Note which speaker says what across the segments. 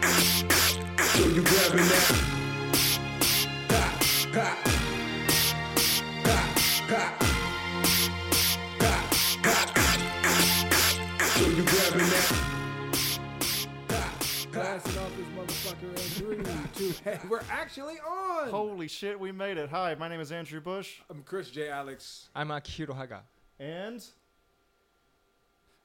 Speaker 1: So you grabbing that? So you grabbing that?
Speaker 2: Blast it off this motherfucker in three, two, hey, we're actually on.
Speaker 3: Holy shit, we made it. Hi, my name is Andrew Bush.
Speaker 2: I'm Chris J. Alex.
Speaker 4: I'm Akihiro Haga.
Speaker 3: And.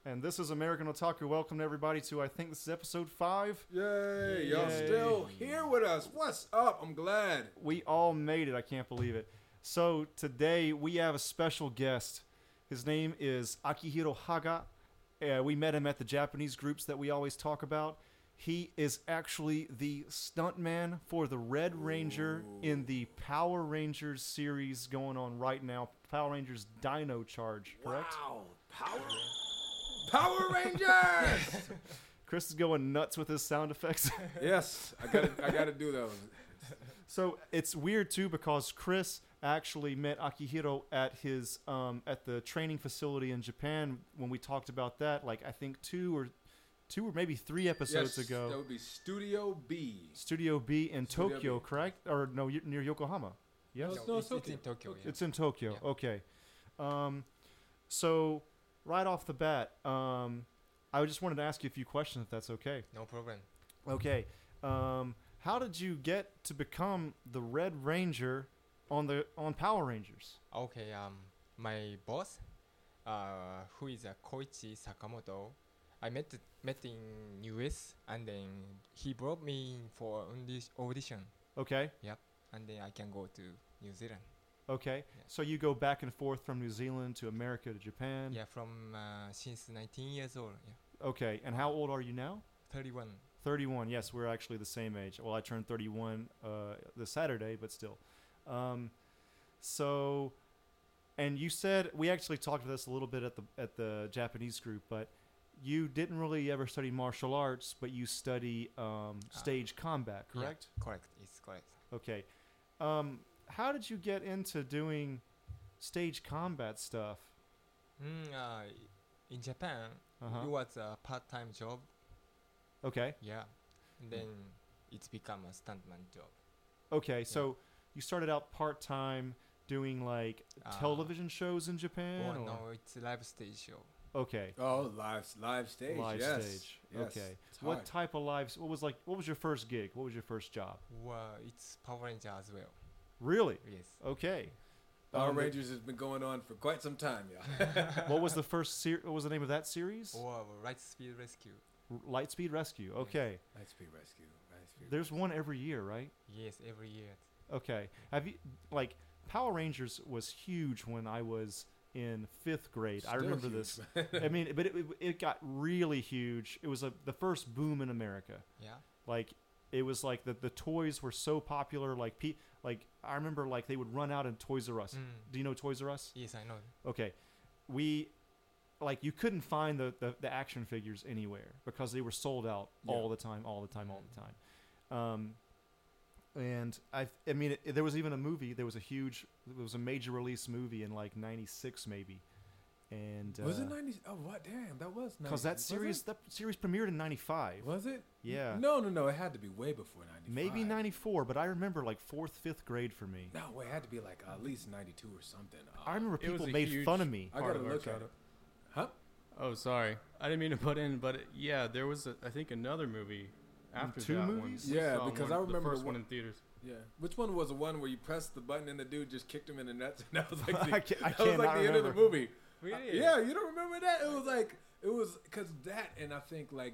Speaker 3: And this is American Otaku. Welcome to everybody to, I think this is episode five.
Speaker 2: Yay, y'all
Speaker 3: Yay.
Speaker 2: still here with us. What's up? I'm glad.
Speaker 3: We all made it. I can't believe it. So today we have a special guest. His name is Akihiro Haga. Uh, we met him at the Japanese groups that we always talk about. He is actually the stuntman for the Red Ranger in the Power Rangers series going on right now. Power Rangers Dino Charge, correct?
Speaker 2: Wow. Power. Power Rangers.
Speaker 3: Chris is going nuts with his sound effects.
Speaker 2: yes, I gotta, I gotta do those.
Speaker 3: so it's weird too because Chris actually met Akihiro at his um, at the training facility in Japan when we talked about that. Like I think two or two or maybe three episodes
Speaker 2: yes,
Speaker 3: ago.
Speaker 2: that would be Studio B.
Speaker 3: Studio B in
Speaker 2: Studio
Speaker 3: Tokyo,
Speaker 2: B.
Speaker 3: correct? Or no, y- near Yokohama. Yes.
Speaker 2: No, it's not
Speaker 4: it's
Speaker 2: Tokyo.
Speaker 4: in Tokyo. yeah.
Speaker 3: It's in Tokyo.
Speaker 4: Yeah.
Speaker 3: Okay. Um, so right off the bat, um, I just wanted to ask you a few questions if that's okay.
Speaker 4: No problem.
Speaker 3: Okay. Um, how did you get to become the Red Ranger on the on Power Rangers?
Speaker 4: Okay, um, my boss, uh, who is uh, Koichi Sakamoto, I met met in US and then he brought me in for audi- audition
Speaker 3: Okay.
Speaker 4: and then I can go to New Zealand.
Speaker 3: Okay.
Speaker 4: Yeah.
Speaker 3: So you go back and forth from New Zealand to America to Japan.
Speaker 4: Yeah, from uh, since 19 years old. Yeah,
Speaker 3: Okay. And how old are you now?
Speaker 4: 31.
Speaker 3: 31. Yes, we're actually the same age. Well, I turned 31 uh, this Saturday, but still. Um, so, and you said we actually talked about this a little bit at the at the Japanese group, but you didn't really ever study martial arts, but you study um,
Speaker 4: Ah.
Speaker 3: stage combat,
Speaker 4: Yeah,
Speaker 3: correct?
Speaker 4: correct. It's correct.
Speaker 3: Okay. Um, how did you get into doing stage combat stuff?
Speaker 4: Mm, uh, in Japan,
Speaker 3: Uh-huh.
Speaker 4: it was a part-time job.
Speaker 3: Okay.
Speaker 4: Yeah, and then it's become a stuntman job.
Speaker 3: Okay. So you started out part time doing like
Speaker 4: Uh,
Speaker 3: television shows in Japan.
Speaker 4: Oh
Speaker 3: or-
Speaker 4: no, it's a live stage show.
Speaker 3: Okay.
Speaker 2: Oh, live, live stage.
Speaker 3: live
Speaker 2: yes.
Speaker 3: stage.
Speaker 2: Yes.
Speaker 3: Okay.
Speaker 2: It's
Speaker 3: What
Speaker 2: hard.
Speaker 3: type of lives? What was like? What was your first gig? What was your first job?
Speaker 4: Well, it's Power Ranger as well.
Speaker 3: Really?
Speaker 4: Yes.
Speaker 3: Okay.
Speaker 2: Power
Speaker 3: Um,
Speaker 2: Rangers has been going on for quite some time, y'all.
Speaker 3: What was the first series? What was the name of that series?
Speaker 4: Or Right Speed Rescue.
Speaker 3: R- Lightspeed Rescue. Okay.
Speaker 2: Let's be rescue. Let's be
Speaker 3: There's one every year, right?
Speaker 4: Yes, every year.
Speaker 3: Okay. Have you like Power Rangers was huge when I was in fifth grade. I
Speaker 2: Still
Speaker 3: remember
Speaker 2: huge,
Speaker 3: this. I mean, but it, it, it got really huge. It was a, the first boom in America.
Speaker 4: Yeah.
Speaker 3: like it was like the, the toys were so popular like pe- like i remember like they would run out in toys r us
Speaker 4: Mm.
Speaker 3: do you know toys r us
Speaker 4: Yes, I know.
Speaker 3: okay we like you couldn't find the, the, the action figures anywhere because they were sold out
Speaker 2: Yeah. Mm.
Speaker 3: all the time all the time all the time um, and i i mean it, there was even a movie there was a huge there was a major release movie in like 96 maybe and
Speaker 2: was
Speaker 3: uh,
Speaker 2: it 90s? Oh, what? Damn, that was 90s.
Speaker 3: because that series that series premiered in 95
Speaker 2: Was it?
Speaker 3: Yeah.
Speaker 2: No, no, no. It had to be way before 95.
Speaker 3: Maybe 94, but I remember like fourth, fifth grade for me.
Speaker 2: No, it had to be like at least 92 or something. Oh,
Speaker 3: I remember
Speaker 5: It was
Speaker 3: people
Speaker 5: a
Speaker 3: made
Speaker 5: huge-
Speaker 3: fun of me.
Speaker 2: I
Speaker 5: part
Speaker 2: gotta
Speaker 5: of our
Speaker 2: look at it.
Speaker 5: childhood.
Speaker 2: Huh?
Speaker 5: Oh, sorry. I didn't mean to put in, but yeah, there was a, I think another movie after
Speaker 3: Two
Speaker 5: that
Speaker 3: movies?
Speaker 5: One. We
Speaker 2: Yeah,
Speaker 5: saw
Speaker 2: because
Speaker 5: one-
Speaker 2: I remember
Speaker 5: the first
Speaker 2: the
Speaker 5: one
Speaker 2: one-
Speaker 5: in theaters.
Speaker 2: Yeah. Which one was the one where you pressed the button and the dude just kicked him in the nuts? And that was like the,
Speaker 3: I ca- I
Speaker 2: that was like
Speaker 3: cannot
Speaker 2: the end of the
Speaker 3: remember.
Speaker 2: movie.
Speaker 5: We
Speaker 2: Uh,
Speaker 5: did.
Speaker 2: yeah, you don't remember that? It was like, it was because that and I think like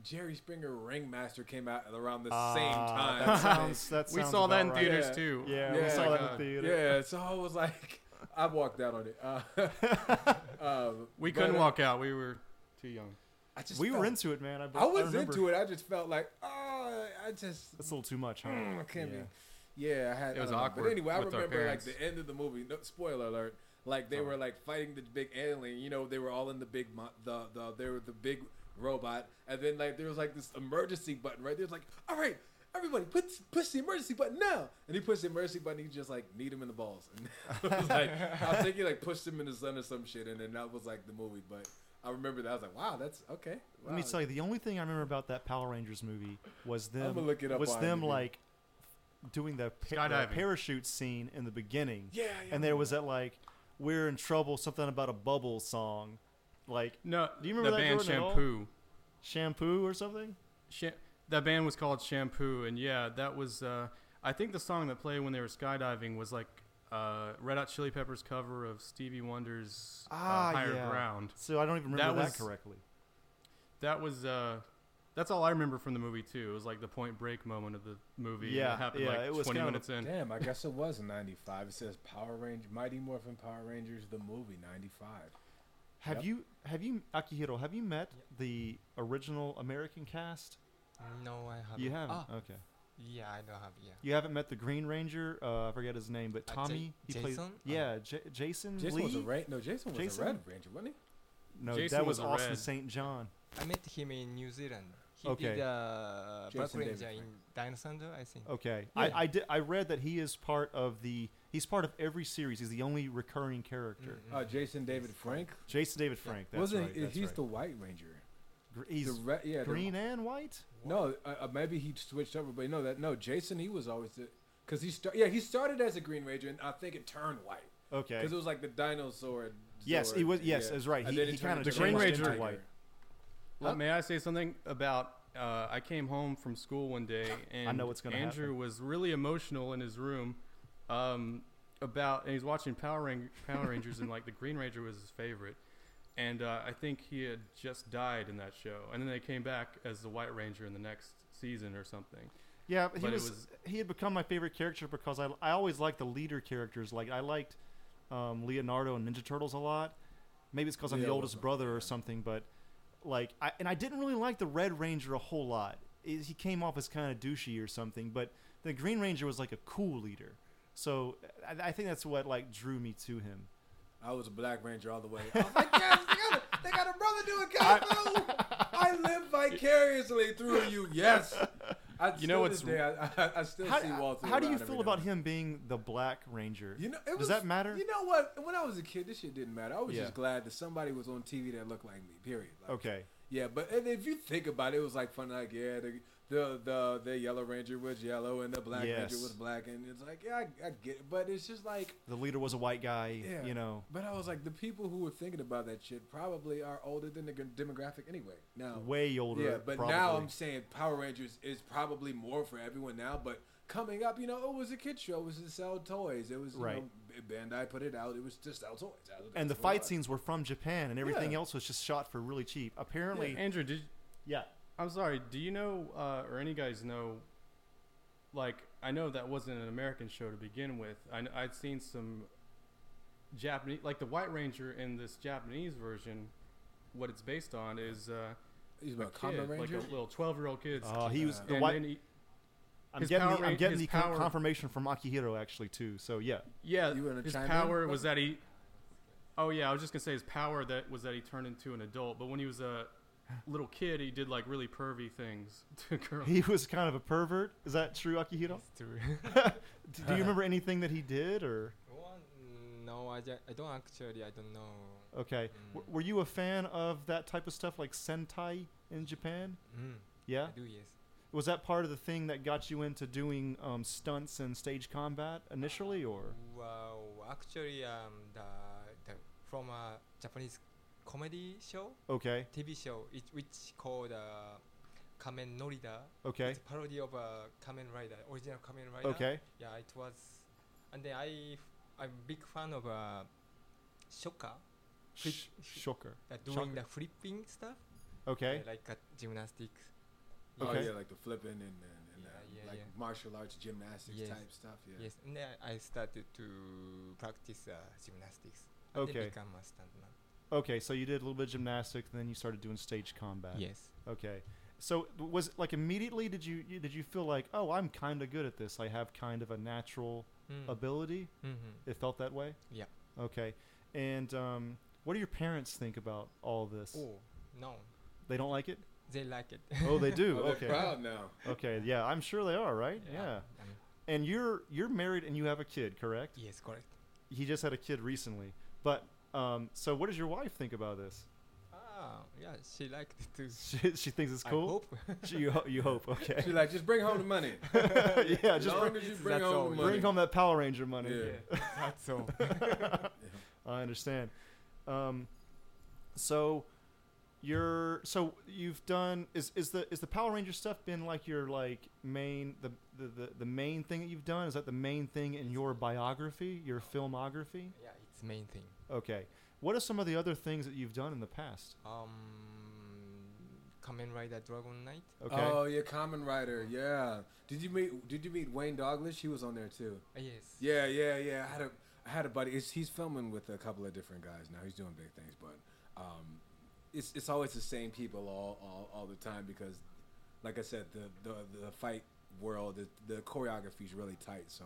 Speaker 2: Jerry Springer Ringmaster came out around the same
Speaker 3: Ah,
Speaker 2: time.
Speaker 3: That sounds. That
Speaker 5: we
Speaker 3: sounds
Speaker 5: saw that
Speaker 3: about
Speaker 5: in
Speaker 3: right.
Speaker 5: theaters
Speaker 2: Yeah.
Speaker 5: too.
Speaker 3: Yeah,
Speaker 2: Yeah.
Speaker 3: we saw
Speaker 5: my
Speaker 3: that in
Speaker 5: God.
Speaker 3: the theater.
Speaker 2: yeah, so I was like, I walked out on it. Uh, um,
Speaker 5: We
Speaker 2: but,
Speaker 5: couldn't
Speaker 2: uh,
Speaker 5: walk out. We were too young.
Speaker 2: I just
Speaker 3: We were
Speaker 2: felt-
Speaker 3: into it, man. I,
Speaker 2: I was into it. I just felt like, oh, I just
Speaker 3: That's a little too much, huh?
Speaker 2: Mm, I can't
Speaker 3: yeah.
Speaker 2: be. Yeah, I had.
Speaker 5: It
Speaker 2: I don't
Speaker 5: was
Speaker 2: know. But
Speaker 5: awkward
Speaker 2: anyway, I
Speaker 5: with our
Speaker 2: remember like
Speaker 5: parents.
Speaker 2: the end of the movie. No, spoiler alert. Like they were like fighting the big alien. You know, they were all in the big mo- the the they were the big robot, and then like there was like this emergency button right there. It's like, all right, everybody, push push the emergency button now. And he pushed the emergency button. He just like kneed him in the balls. And I was like, I think he like pushed him in the sun or some shit, and then that was like the movie. But I remember that. I was like, wow, that's okay. Wow.
Speaker 3: Let me tell you, the only thing I remember about that Power Rangers movie was them
Speaker 2: I'ma look it up
Speaker 3: was
Speaker 2: on
Speaker 3: them
Speaker 2: IMDb.
Speaker 3: like doing the pa- the
Speaker 5: Skydiving.
Speaker 3: parachute scene in the beginning.
Speaker 2: Yeah, yeah.
Speaker 3: And there was that like we're in trouble something about a bubble song, like
Speaker 5: No,
Speaker 3: Do you remember that,
Speaker 5: the band
Speaker 3: Jordan, at all?
Speaker 5: Shampoo?
Speaker 3: shampoo or something.
Speaker 5: Sha- that band was called Shampoo, and yeah, that was. Uh, I think the song that played when they were skydiving was like uh, Red Hot Chili Peppers cover of Stevie Wonder's uh,
Speaker 3: Ah,
Speaker 5: Higher
Speaker 3: yeah.
Speaker 5: Ground.
Speaker 3: So I don't even remember
Speaker 5: That
Speaker 3: that,
Speaker 5: was-
Speaker 3: correctly.
Speaker 5: That was. Uh, that's all I remember from the movie too. It was like the Point Break moment of the movie. and
Speaker 3: Yeah,
Speaker 5: it happened
Speaker 3: yeah,
Speaker 5: like
Speaker 3: it was
Speaker 5: twenty
Speaker 3: kind of a-
Speaker 5: minutes in.
Speaker 2: Damn, I guess it was in '95. It says Power Ranger, Mighty Morphin Power Rangers, the movie '95.
Speaker 3: Have
Speaker 2: Yep.
Speaker 3: you have you Akihiro? Have you met the original American cast?
Speaker 4: No, I haven't.
Speaker 3: You haven't.
Speaker 4: Ah,
Speaker 3: Okay.
Speaker 4: yeah, I don't have. Yeah.
Speaker 3: You haven't met the Green Ranger. Uh, I forget his name, but
Speaker 4: Uh, J-
Speaker 3: Tommy. he plays.
Speaker 4: Jason?
Speaker 3: Yeah, J- Jason.
Speaker 2: Jason
Speaker 3: Lee?
Speaker 2: was a red. No, Jason was
Speaker 3: Jason?
Speaker 2: a Red Ranger, wasn't
Speaker 3: No,
Speaker 5: Jason
Speaker 3: that
Speaker 5: was
Speaker 3: was,
Speaker 5: a
Speaker 3: Austin
Speaker 5: red.
Speaker 3: St. John.
Speaker 4: I met him in New Zealand. He
Speaker 3: Okay.
Speaker 4: did uh, Black
Speaker 2: Jason David
Speaker 4: Ranger
Speaker 2: Frank.
Speaker 4: in Dinosaur, I think.
Speaker 3: Okay,
Speaker 2: Yeah.
Speaker 3: I I, did, I read that he is part of the. He's part of every series. He's the only recurring character.
Speaker 4: Mm-hmm.
Speaker 2: he? Uh, Jason David Frank.
Speaker 4: Mm.
Speaker 3: Jason David Frank. That's
Speaker 2: Wasn't
Speaker 3: right.
Speaker 2: he?
Speaker 3: that's
Speaker 2: he's
Speaker 3: right.
Speaker 2: the White Ranger.
Speaker 3: Gr- he's
Speaker 2: the red. Yeah, the-
Speaker 3: green and white.
Speaker 2: No, uh, uh, maybe he switched over, but no, that no. Jason, he was always the because he start. Yeah, he started as a Green Ranger, and I think it turned white
Speaker 3: Okay.
Speaker 2: because it was like the dinosaur.
Speaker 3: Yes,
Speaker 2: sword,
Speaker 3: he was- yes, that's right. He-
Speaker 2: then
Speaker 3: he
Speaker 2: turned
Speaker 3: kinda
Speaker 2: into a
Speaker 5: changed
Speaker 2: tiger.
Speaker 3: into white.
Speaker 5: Let-
Speaker 3: Huh?
Speaker 5: May I say something about? Uh, I came home from school one day, and
Speaker 3: know what's gonna
Speaker 5: Andrew
Speaker 3: happen.
Speaker 5: was really emotional in his room um, about, and he's watching Power, Rang- Power Rangers, and like the Green Ranger was his favorite, and uh, I think he had just died in that show, and then they came back as the White Ranger in the next season or something.
Speaker 3: Yeah, but he
Speaker 5: But it
Speaker 3: was,
Speaker 5: was-
Speaker 3: he had become my favorite character because I I always liked the leader characters. Like I liked um, Leonardo and Ninja Turtles a lot. Maybe it's because I'm the
Speaker 2: Leo was
Speaker 3: oldest
Speaker 2: my
Speaker 3: brother or something, but like I and I didn't really like the Red Ranger a whole lot. I he came off as kind of douchey or something, but the Green Ranger was like a cool leader. So I, I think that's what like drew me to him.
Speaker 2: I was a Black Ranger all the way. I was like, yes, they got a, they got a brother doing kung fu. I live vicariously through you. Yes. I,
Speaker 5: You know
Speaker 2: still this
Speaker 5: what's-
Speaker 2: day, I, I, I still
Speaker 3: How,
Speaker 2: see Walter.
Speaker 3: how do you
Speaker 2: around every
Speaker 3: feel
Speaker 2: now
Speaker 3: about
Speaker 2: and
Speaker 3: him being the Black Ranger?
Speaker 2: You know, it
Speaker 3: Does
Speaker 2: was,
Speaker 3: that matter?
Speaker 2: You know what? When I was a kid, this shit didn't matter. I was
Speaker 3: Yeah.
Speaker 2: just glad that somebody was on TV that looked like me. Period. Like,
Speaker 3: okay.
Speaker 2: Yeah, but and if you think about it, it was like fun. Like, yeah, the the the, the yellow ranger was yellow and the black
Speaker 3: Yes.
Speaker 2: ranger was black, and it's like, yeah, I, I get it. But it's just like,
Speaker 3: The leader was a white guy,
Speaker 2: Yeah.
Speaker 3: you know.
Speaker 2: but I was like, the people who were thinking about that shit probably are older than the g- demographic anyway. Now,
Speaker 3: Way older.
Speaker 2: yeah, but
Speaker 3: probably.
Speaker 2: now I'm saying Power Rangers is probably more for everyone now. But coming up, you know, it was a kid show. It was to sell toys. It was
Speaker 3: Right.
Speaker 2: You know, B- Bandai put it out. It was to sell toys. That was-
Speaker 3: and the
Speaker 2: that's what it
Speaker 3: fight
Speaker 2: was.
Speaker 3: scenes were from Japan, and everything
Speaker 2: Yeah.
Speaker 3: else was just shot for really cheap. Apparently,
Speaker 5: Andrew, did
Speaker 3: yeah.
Speaker 5: I'm sorry. Do you know, uh, or any guys know? Like, I know that wasn't an American show to begin with. I, kn- I'd seen some Japanese, like the White Ranger in this Japanese version. What it's based on is uh,
Speaker 2: He's
Speaker 5: a
Speaker 2: about Kamen
Speaker 5: kid, like
Speaker 2: Ranger.
Speaker 5: a little twelve-year-old kid.
Speaker 3: Uh, he was the
Speaker 5: and
Speaker 3: white.
Speaker 5: then he-
Speaker 3: I'm
Speaker 5: his
Speaker 3: getting,
Speaker 5: Power
Speaker 3: the, I'm
Speaker 5: Ran-
Speaker 3: getting
Speaker 5: his
Speaker 3: the con-
Speaker 5: power-
Speaker 3: confirmation from Akihiro actually too. So yeah,
Speaker 5: yeah,
Speaker 2: You wanna
Speaker 5: his
Speaker 2: chime in,
Speaker 5: power was
Speaker 2: brother?
Speaker 5: that he. Oh yeah, I was just gonna say his power that was that he turned into an adult. But when he was a little kid, he did like really pervy things to girls.
Speaker 3: he was kind of a pervert. Is that true, Akihiro?
Speaker 4: It's true.
Speaker 3: Do, do you remember anything that he did, or
Speaker 4: Well, no, I, ju- I don't actually. I don't know.
Speaker 3: okay?
Speaker 5: Mm.
Speaker 3: W- were you a fan of that type of stuff like Sentai in Japan?
Speaker 4: Mm,
Speaker 3: Yeah.
Speaker 4: I do yes.
Speaker 3: Was that part of the thing that got you into doing um, stunts and stage combat initially, or
Speaker 4: Well, actually, um, the, the from a Japanese comedy show,
Speaker 3: okay,
Speaker 4: TV show, it, which called uh, Kamen Norida.
Speaker 3: okay,
Speaker 4: It's a parody of uh, Kamen Rider, original Kamen Rider.
Speaker 3: okay?
Speaker 4: Yeah, it was, and then I, I'm big fan of uh, Shoka,
Speaker 3: Sh- shocker.
Speaker 4: uh, doing the flipping stuff.
Speaker 3: Okay.
Speaker 4: Yeah, like uh, gymnastics.
Speaker 2: Oh
Speaker 3: Okay.
Speaker 2: yeah, like the flipping and, and, and
Speaker 4: Yeah,
Speaker 2: uh,
Speaker 4: yeah,
Speaker 2: like
Speaker 4: yeah.
Speaker 2: martial arts, gymnastics
Speaker 4: Yes.
Speaker 2: type stuff. Yeah.
Speaker 4: Yes, and then I started to practice uh, gymnastics. And
Speaker 3: Okay.
Speaker 4: Then become a stuntman.
Speaker 3: Okay, so you did a little bit of gymnastics, and then you started doing stage combat.
Speaker 4: Yes.
Speaker 3: Okay. So was it like immediately did you you- did you feel like oh I'm kind of good at this I have kind of a natural
Speaker 4: Mm.
Speaker 3: ability
Speaker 4: hmm
Speaker 3: it felt that way
Speaker 4: Yeah.
Speaker 3: okay and um, what do your parents think about all this
Speaker 4: Oh no,
Speaker 3: they don't like it
Speaker 4: they like it.
Speaker 3: oh they do
Speaker 2: Oh,
Speaker 3: okay
Speaker 2: They're proud now.
Speaker 3: okay yeah I'm sure they are right yeah.
Speaker 4: um,
Speaker 3: and you're you're married and you have a kid correct
Speaker 4: yes, correct.
Speaker 3: he just had a kid recently but um, so what does your wife think about this
Speaker 4: Ah, yeah, she liked it too.
Speaker 3: She, she thinks it's
Speaker 4: I
Speaker 3: cool.
Speaker 4: hope.
Speaker 3: She, you, ho- you hope, okay?
Speaker 2: She's like, just bring home the money.
Speaker 3: yeah,
Speaker 2: As
Speaker 3: just
Speaker 2: long
Speaker 3: bring,
Speaker 2: as you bring
Speaker 4: That's all
Speaker 2: home
Speaker 4: we
Speaker 2: the
Speaker 4: need.
Speaker 2: money.
Speaker 3: bring home that Power Ranger money.
Speaker 2: Yeah.
Speaker 4: That's all.
Speaker 3: I understand. Um, so you're so you've done is is the is the Power Ranger stuff been like your like main the the, the, the main thing that you've done is that the main thing in your biography your filmography
Speaker 4: Yeah, it's main thing.
Speaker 3: okay what are some of the other things that you've done in the past
Speaker 4: Um, Kamen Rider Dragon Knight.
Speaker 3: okay
Speaker 2: Oh yeah, Common Rider. Yeah. Did you meet Did you meet Wayne Doglish? He was on there too.
Speaker 4: Uh, yes.
Speaker 2: Yeah, yeah, yeah. I had a I had a buddy. It's, he's filming with a couple of different guys now. He's doing big things, but um, it's it's always the same people all all, all the time because, like I said, the the, the fight world the, the choreography is really tight. So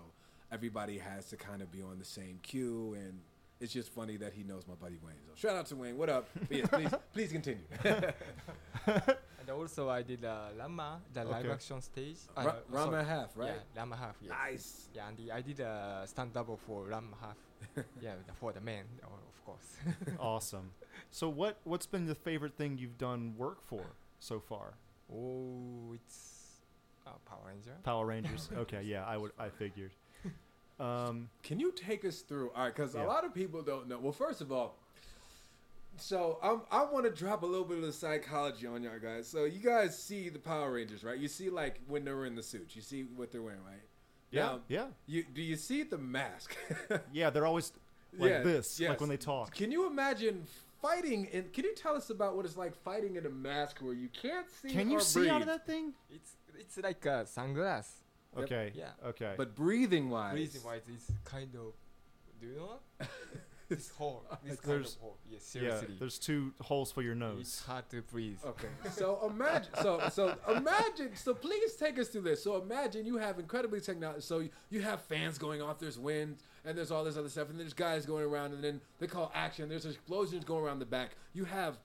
Speaker 2: everybody has to kind of be on the same cue and. It's just funny that he knows my buddy Wayne. So shout out to Wayne. What up? But yes, please, please continue.
Speaker 4: And also I did uh, Rama, the live
Speaker 3: Okay.
Speaker 4: action stage. Uh,
Speaker 2: Ra-
Speaker 4: sorry.
Speaker 2: Rama half, right?
Speaker 4: Yeah, Rama half. Yes.
Speaker 2: Nice.
Speaker 4: Yeah, and the, I did a stand double for Rama half. yeah, the- for the man, o- of course.
Speaker 3: awesome so what what's been the favorite thing you've done work for so far
Speaker 4: oh, it's uh, Power Ranger.
Speaker 3: Power Rangers okay yeah I would I figured um
Speaker 2: Can you take us through? All right, because
Speaker 3: Yeah.
Speaker 2: a lot of people don't know. Well, first of all, so I'm, I want to drop a little bit of the psychology on y'all guys. So you guys see the Power Rangers, right? You see like when they're in the suits, you see what they're wearing, right?
Speaker 3: yeah
Speaker 2: Now,
Speaker 3: yeah
Speaker 2: You do you see the mask?
Speaker 3: yeah they're always like
Speaker 2: Yeah,
Speaker 3: this
Speaker 2: yes.
Speaker 3: like when they talk
Speaker 2: Can you imagine fighting? And can you tell us about what it's like fighting in a mask where you can't see?
Speaker 3: Can you
Speaker 2: or
Speaker 3: see out of
Speaker 2: breathe?
Speaker 3: that thing?
Speaker 4: It's it's like a sunglass.
Speaker 2: Yep.
Speaker 3: Okay.
Speaker 4: Yeah.
Speaker 3: Okay.
Speaker 2: But breathing wise,
Speaker 4: Reason why it's kind of, do you know? it's hole. It's kind
Speaker 3: There's-
Speaker 4: of hole. Yeah,
Speaker 3: yeah,
Speaker 4: seriously.
Speaker 3: there's two holes for your
Speaker 4: it's
Speaker 3: nose.
Speaker 4: hard to breathe.
Speaker 2: Okay. So imagine. So so imagine. So please take us through this. So imagine you have incredibly technology. So you- you have fans going off. There's wind and there's all this other stuff and there's guys going around and then they call action. There's explosions going around the back. You have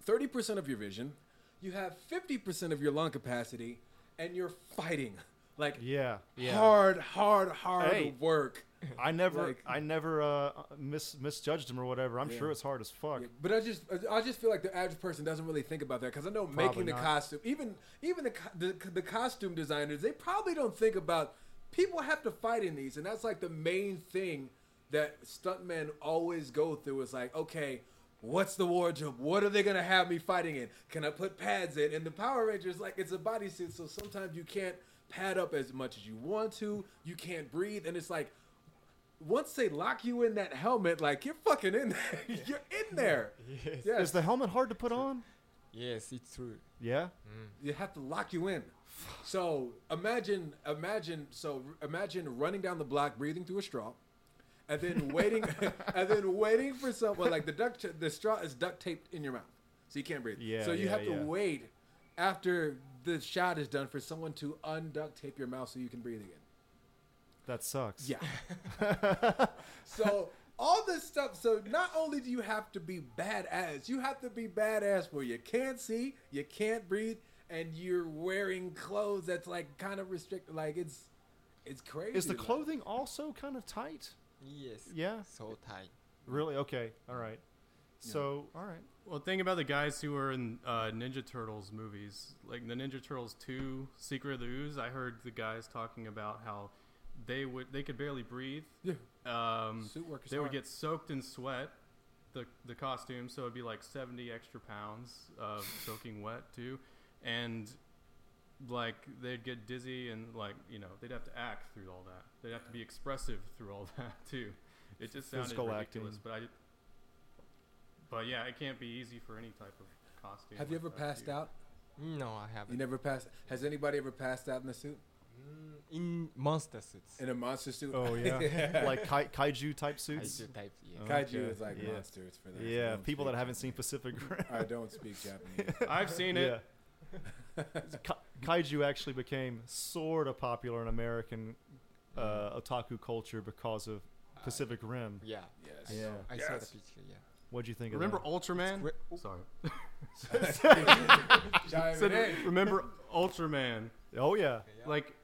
Speaker 2: thirty percent of your vision. You have fifty percent of your lung capacity, and you're fighting like
Speaker 3: Yeah. Yeah.
Speaker 2: hard, hard, hard
Speaker 3: Hey.
Speaker 2: work.
Speaker 3: I never,
Speaker 2: like-
Speaker 3: I never uh, mis- misjudged him or whatever. I'm
Speaker 2: Yeah.
Speaker 3: sure it's hard as fuck.
Speaker 2: Yeah, But I just, I just feel like the average person doesn't really think about that because I know making the
Speaker 3: not.
Speaker 2: costume, even even the, co- the the costume designers, they probably don't think about people have to fight in these, and that's like the main thing that stuntmen always go through. Is like, okay, what's the wardrobe? What are they gonna have me fighting in? Can I put pads in? And the Power Rangers, like, it's a bodysuit, so sometimes you can't pad up as much as you want to. You can't breathe, and it's like once they lock you in that helmet, like you're fucking in there. you're in there. Yes.
Speaker 3: Is the helmet hard to put on?
Speaker 4: Yes, it's true.
Speaker 3: Yeah.
Speaker 2: you have to lock you in. So imagine, imagine, so imagine running down the block, breathing through a straw, and then waiting, and then waiting for someone. Like the duct, the straw is duct taped in your mouth, so you can't breathe.
Speaker 3: Yeah,
Speaker 2: So you
Speaker 3: yeah,
Speaker 2: have to
Speaker 3: yeah.
Speaker 2: wait after the shot is done for someone to unduct tape your mouth so you can breathe again.
Speaker 3: That sucks.
Speaker 2: Yeah. so all this stuff. So not only do you have to be badass, you have to be badass where you can't see, you can't breathe, and you're wearing clothes that's like kind of restricted. Like it's, it's crazy.
Speaker 3: Is the
Speaker 2: like-
Speaker 3: clothing also kind of tight?
Speaker 4: Yes.
Speaker 3: Yeah.
Speaker 4: So tight.
Speaker 3: Really? Okay. All right. So, all right.
Speaker 5: Well, think about the guys who were in uh, Ninja Turtles movies, like the Ninja Turtles Two: Secret of the Ooze. I heard the guys talking about how they would they could barely breathe.
Speaker 2: Yeah.
Speaker 5: Um,
Speaker 2: Suit work is
Speaker 5: they would
Speaker 2: hard.
Speaker 5: get soaked in sweat, the the costume. So it'd be like seventy extra pounds of soaking wet too, and like they'd get dizzy and like you know they'd have to act through all that. They'd have to be expressive through all that too. It just sounded
Speaker 3: Physical
Speaker 5: ridiculous,
Speaker 3: acting.
Speaker 5: but I. But yeah, it can't be easy for any type of costume.
Speaker 2: Have you
Speaker 5: like
Speaker 2: ever
Speaker 5: that,
Speaker 2: passed
Speaker 5: too.
Speaker 2: out?
Speaker 4: No, I haven't.
Speaker 2: You never passed. Has anybody ever passed out in a suit?
Speaker 4: Mm, in monster suits.
Speaker 2: In a monster suit?
Speaker 3: Oh yeah. like kai- kaiju type
Speaker 4: I
Speaker 3: suits.
Speaker 4: do type. Yeah.
Speaker 3: Oh.
Speaker 2: Kaiju
Speaker 3: okay.
Speaker 2: is like
Speaker 3: Yeah.
Speaker 2: monsters for those.
Speaker 3: Yeah.
Speaker 2: don't
Speaker 3: People
Speaker 2: speak
Speaker 3: that haven't seen
Speaker 2: Japanese.
Speaker 3: Pacific Rim.
Speaker 2: I don't speak Japanese.
Speaker 5: I've seen it.
Speaker 3: yeah. Ka- kaiju actually became sort of popular in American uh, otaku culture because of Pacific Rim.
Speaker 4: Yeah.
Speaker 2: Yes.
Speaker 4: I
Speaker 3: Yeah.
Speaker 4: saw- I saw the
Speaker 2: Yes.
Speaker 4: picture. Yeah.
Speaker 3: What'd you think
Speaker 5: Remember
Speaker 3: of
Speaker 5: Ultraman?
Speaker 4: It's gre-
Speaker 5: Sorry.
Speaker 2: Chime
Speaker 5: Said,
Speaker 2: in.
Speaker 5: remember Ultraman?
Speaker 3: that? Oh yeah.
Speaker 4: Yeah.
Speaker 5: Like,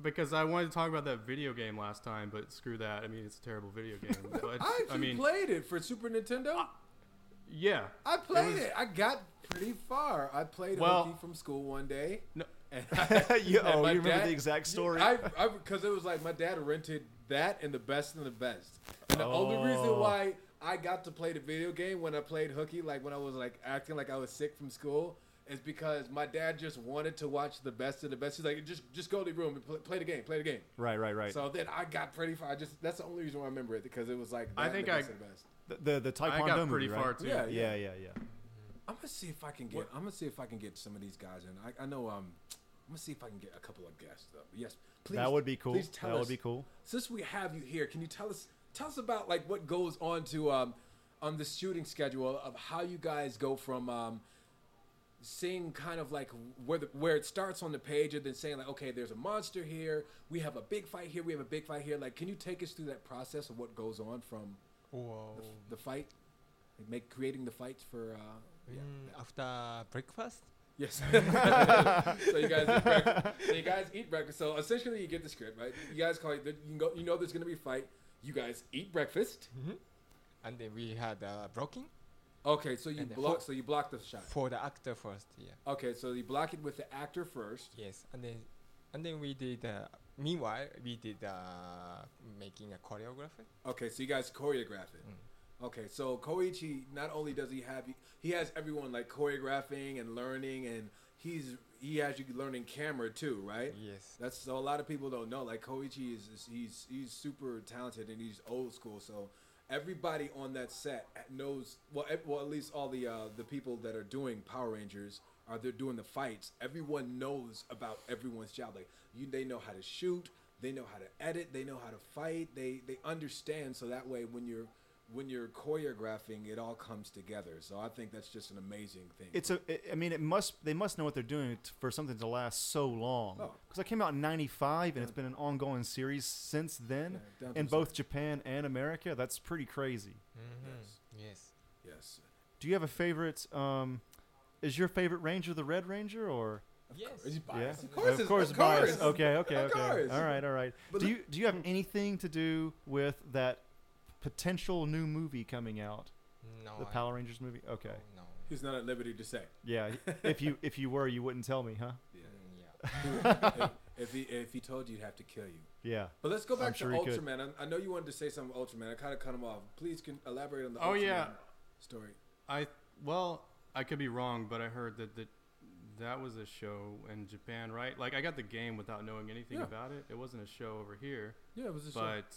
Speaker 5: because I wanted to talk about that video game last time, but screw that. I mean, it's a terrible video game. But
Speaker 2: I actually
Speaker 5: I mean,
Speaker 2: played it for Super Nintendo.
Speaker 5: Yeah.
Speaker 2: I played it,
Speaker 5: was-
Speaker 2: I got pretty far. I played
Speaker 5: Well-
Speaker 2: hooky from school one day.
Speaker 5: No.
Speaker 2: And I,
Speaker 3: you,
Speaker 2: and
Speaker 3: oh,
Speaker 2: my
Speaker 3: you remember
Speaker 2: dad-
Speaker 3: the exact story?
Speaker 2: I because it was like my dad rented that and the best and the best. And the only reason
Speaker 3: Oh.
Speaker 2: why I got to play the video game when I played hooky, like when I was like acting like I was sick from school, is because my dad just wanted to watch the best of the best. He's like, just just go to your room and play, play the game, play the game.
Speaker 3: right, right, right.
Speaker 2: So then I got pretty far. I just that's the only reason why I remember it because it was like
Speaker 5: I
Speaker 2: that and
Speaker 5: think
Speaker 2: the
Speaker 5: I-
Speaker 2: best of the best.
Speaker 3: the, the the Taekwondo
Speaker 5: I got
Speaker 3: movie,
Speaker 5: pretty
Speaker 3: right?
Speaker 5: far too.
Speaker 2: Yeah.
Speaker 3: Yeah, yeah, yeah.
Speaker 2: I'm gonna see if I can get. I'm gonna see if I can get some of these guys in. I, I know. Um, I'm gonna see if I can get a couple of guests. Though. Yes, please.
Speaker 3: that would be cool.
Speaker 2: Please tell
Speaker 3: That
Speaker 2: us,
Speaker 3: would be cool.
Speaker 2: Since we have you here, can you tell us tell us about like what goes on to um on the shooting schedule of how you guys go from um seeing kind of like where the, where it starts on the page and then saying like okay there's a monster here we have a big fight here we have a big fight here like can you take us through that process of what goes on from
Speaker 4: Or
Speaker 3: Oh.
Speaker 2: the, the fight like make creating the fights for uh yeah.
Speaker 4: mm, after breakfast?
Speaker 2: Yes. so you guys eat breakfast. So you guys eat breakfast. So essentially, you get the script, right? You guys call it. You can go. You know there's gonna be a fight. You guys eat breakfast.
Speaker 4: And then we had uh, blocking
Speaker 2: Okay, so you
Speaker 4: And the
Speaker 2: block.
Speaker 4: hook.
Speaker 2: So you block the shot.
Speaker 4: for the actor first. Yeah.
Speaker 2: Okay, so you block it with the actor first.
Speaker 4: Yes. And then and then we did. Uh, meanwhile, we did uh, making a choreography.
Speaker 2: Okay, so you guys choreograph it. Okay, so Koichi not only does he have he has everyone like choreographing and learning, and he's he has you learning camera too, right?
Speaker 4: Yes.
Speaker 2: That's so a lot of people don't know. Like Koichi is, is he's he's super talented and he's old school. So everybody on that set knows well. ev- Well, at least all the uh, the people that are doing Power Rangers are they're doing the fights. Everyone knows about everyone's job. Like you, they know how to shoot. They know how to edit. They know how to fight. They they understand. So that way, when you're when you're choreographing, it all comes together. So I think that's just an amazing thing.
Speaker 3: It's a. I- I mean, it must. They must know what they're doing t- for something to last so long.
Speaker 2: Oh.
Speaker 3: Because I came out in '95, and it's been an ongoing series since then
Speaker 2: Yeah, down
Speaker 3: in
Speaker 2: to the
Speaker 3: both Japan and America. That's pretty crazy.
Speaker 4: Mm-hmm. Yes.
Speaker 2: yes,
Speaker 3: Do you have a favorite? Um, is your favorite Ranger the Red Ranger or?
Speaker 4: Yes.
Speaker 3: Yeah,
Speaker 2: Of course it's-
Speaker 3: of course,
Speaker 2: of
Speaker 3: bias.
Speaker 2: course.
Speaker 3: Okay, okay,
Speaker 2: Of
Speaker 3: okay.
Speaker 2: course.
Speaker 3: All right, all right.
Speaker 2: But
Speaker 3: do
Speaker 2: the- Hmm.
Speaker 3: you do you have anything to do with that potential new movie coming out?
Speaker 4: No.
Speaker 3: the
Speaker 4: Oh, I-
Speaker 3: Power Rangers movie. Okay.
Speaker 4: oh, no.
Speaker 2: he's not at liberty to say.
Speaker 3: Yeah. if you if you were, you wouldn't tell me, huh?
Speaker 2: Yeah.
Speaker 4: Mm, yeah.
Speaker 2: if, if he if he told you, he'd have to kill you.
Speaker 3: Yeah.
Speaker 2: But let's go
Speaker 3: I'm
Speaker 2: back
Speaker 3: sure
Speaker 2: to
Speaker 3: he could.
Speaker 2: Ultraman. I, I know you wanted to say something about Ultraman. I kind of cut him off. Please can elaborate on the
Speaker 5: Oh,
Speaker 2: Ultraman
Speaker 5: yeah.
Speaker 2: story.
Speaker 5: I well, I could be wrong, but I heard that that that was a show in Japan, right? Like I got the game without knowing anything
Speaker 2: Yeah.
Speaker 5: about it. It wasn't a show over here,
Speaker 2: Yeah, it was a
Speaker 5: but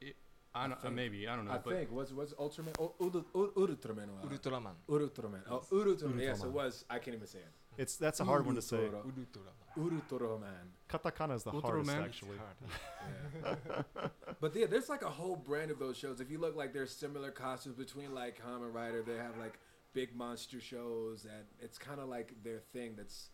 Speaker 5: it, I
Speaker 2: I
Speaker 5: don't. uh,
Speaker 2: think-
Speaker 5: maybe I don't know.
Speaker 2: I
Speaker 5: but
Speaker 2: think was was Ultraman oh, Uru- Uru- Urutraman. or-
Speaker 4: Ultraman.
Speaker 2: Urutraman. Oh, Urutraman. Yes, it
Speaker 3: Urutraman.
Speaker 2: was. I can't even say it.
Speaker 3: It's that's a hard one to say.
Speaker 2: Urutoro-
Speaker 4: Ultraman.
Speaker 2: Urutraman.
Speaker 3: Katakana is the
Speaker 5: Ultraman.
Speaker 3: hardest
Speaker 5: It's
Speaker 3: actually.
Speaker 2: Yeah. but yeah, there's like a whole brand of those shows. If you look, like there's similar costumes between like Kamen Rider. They have like big monster shows, and it's kind of like their thing. That's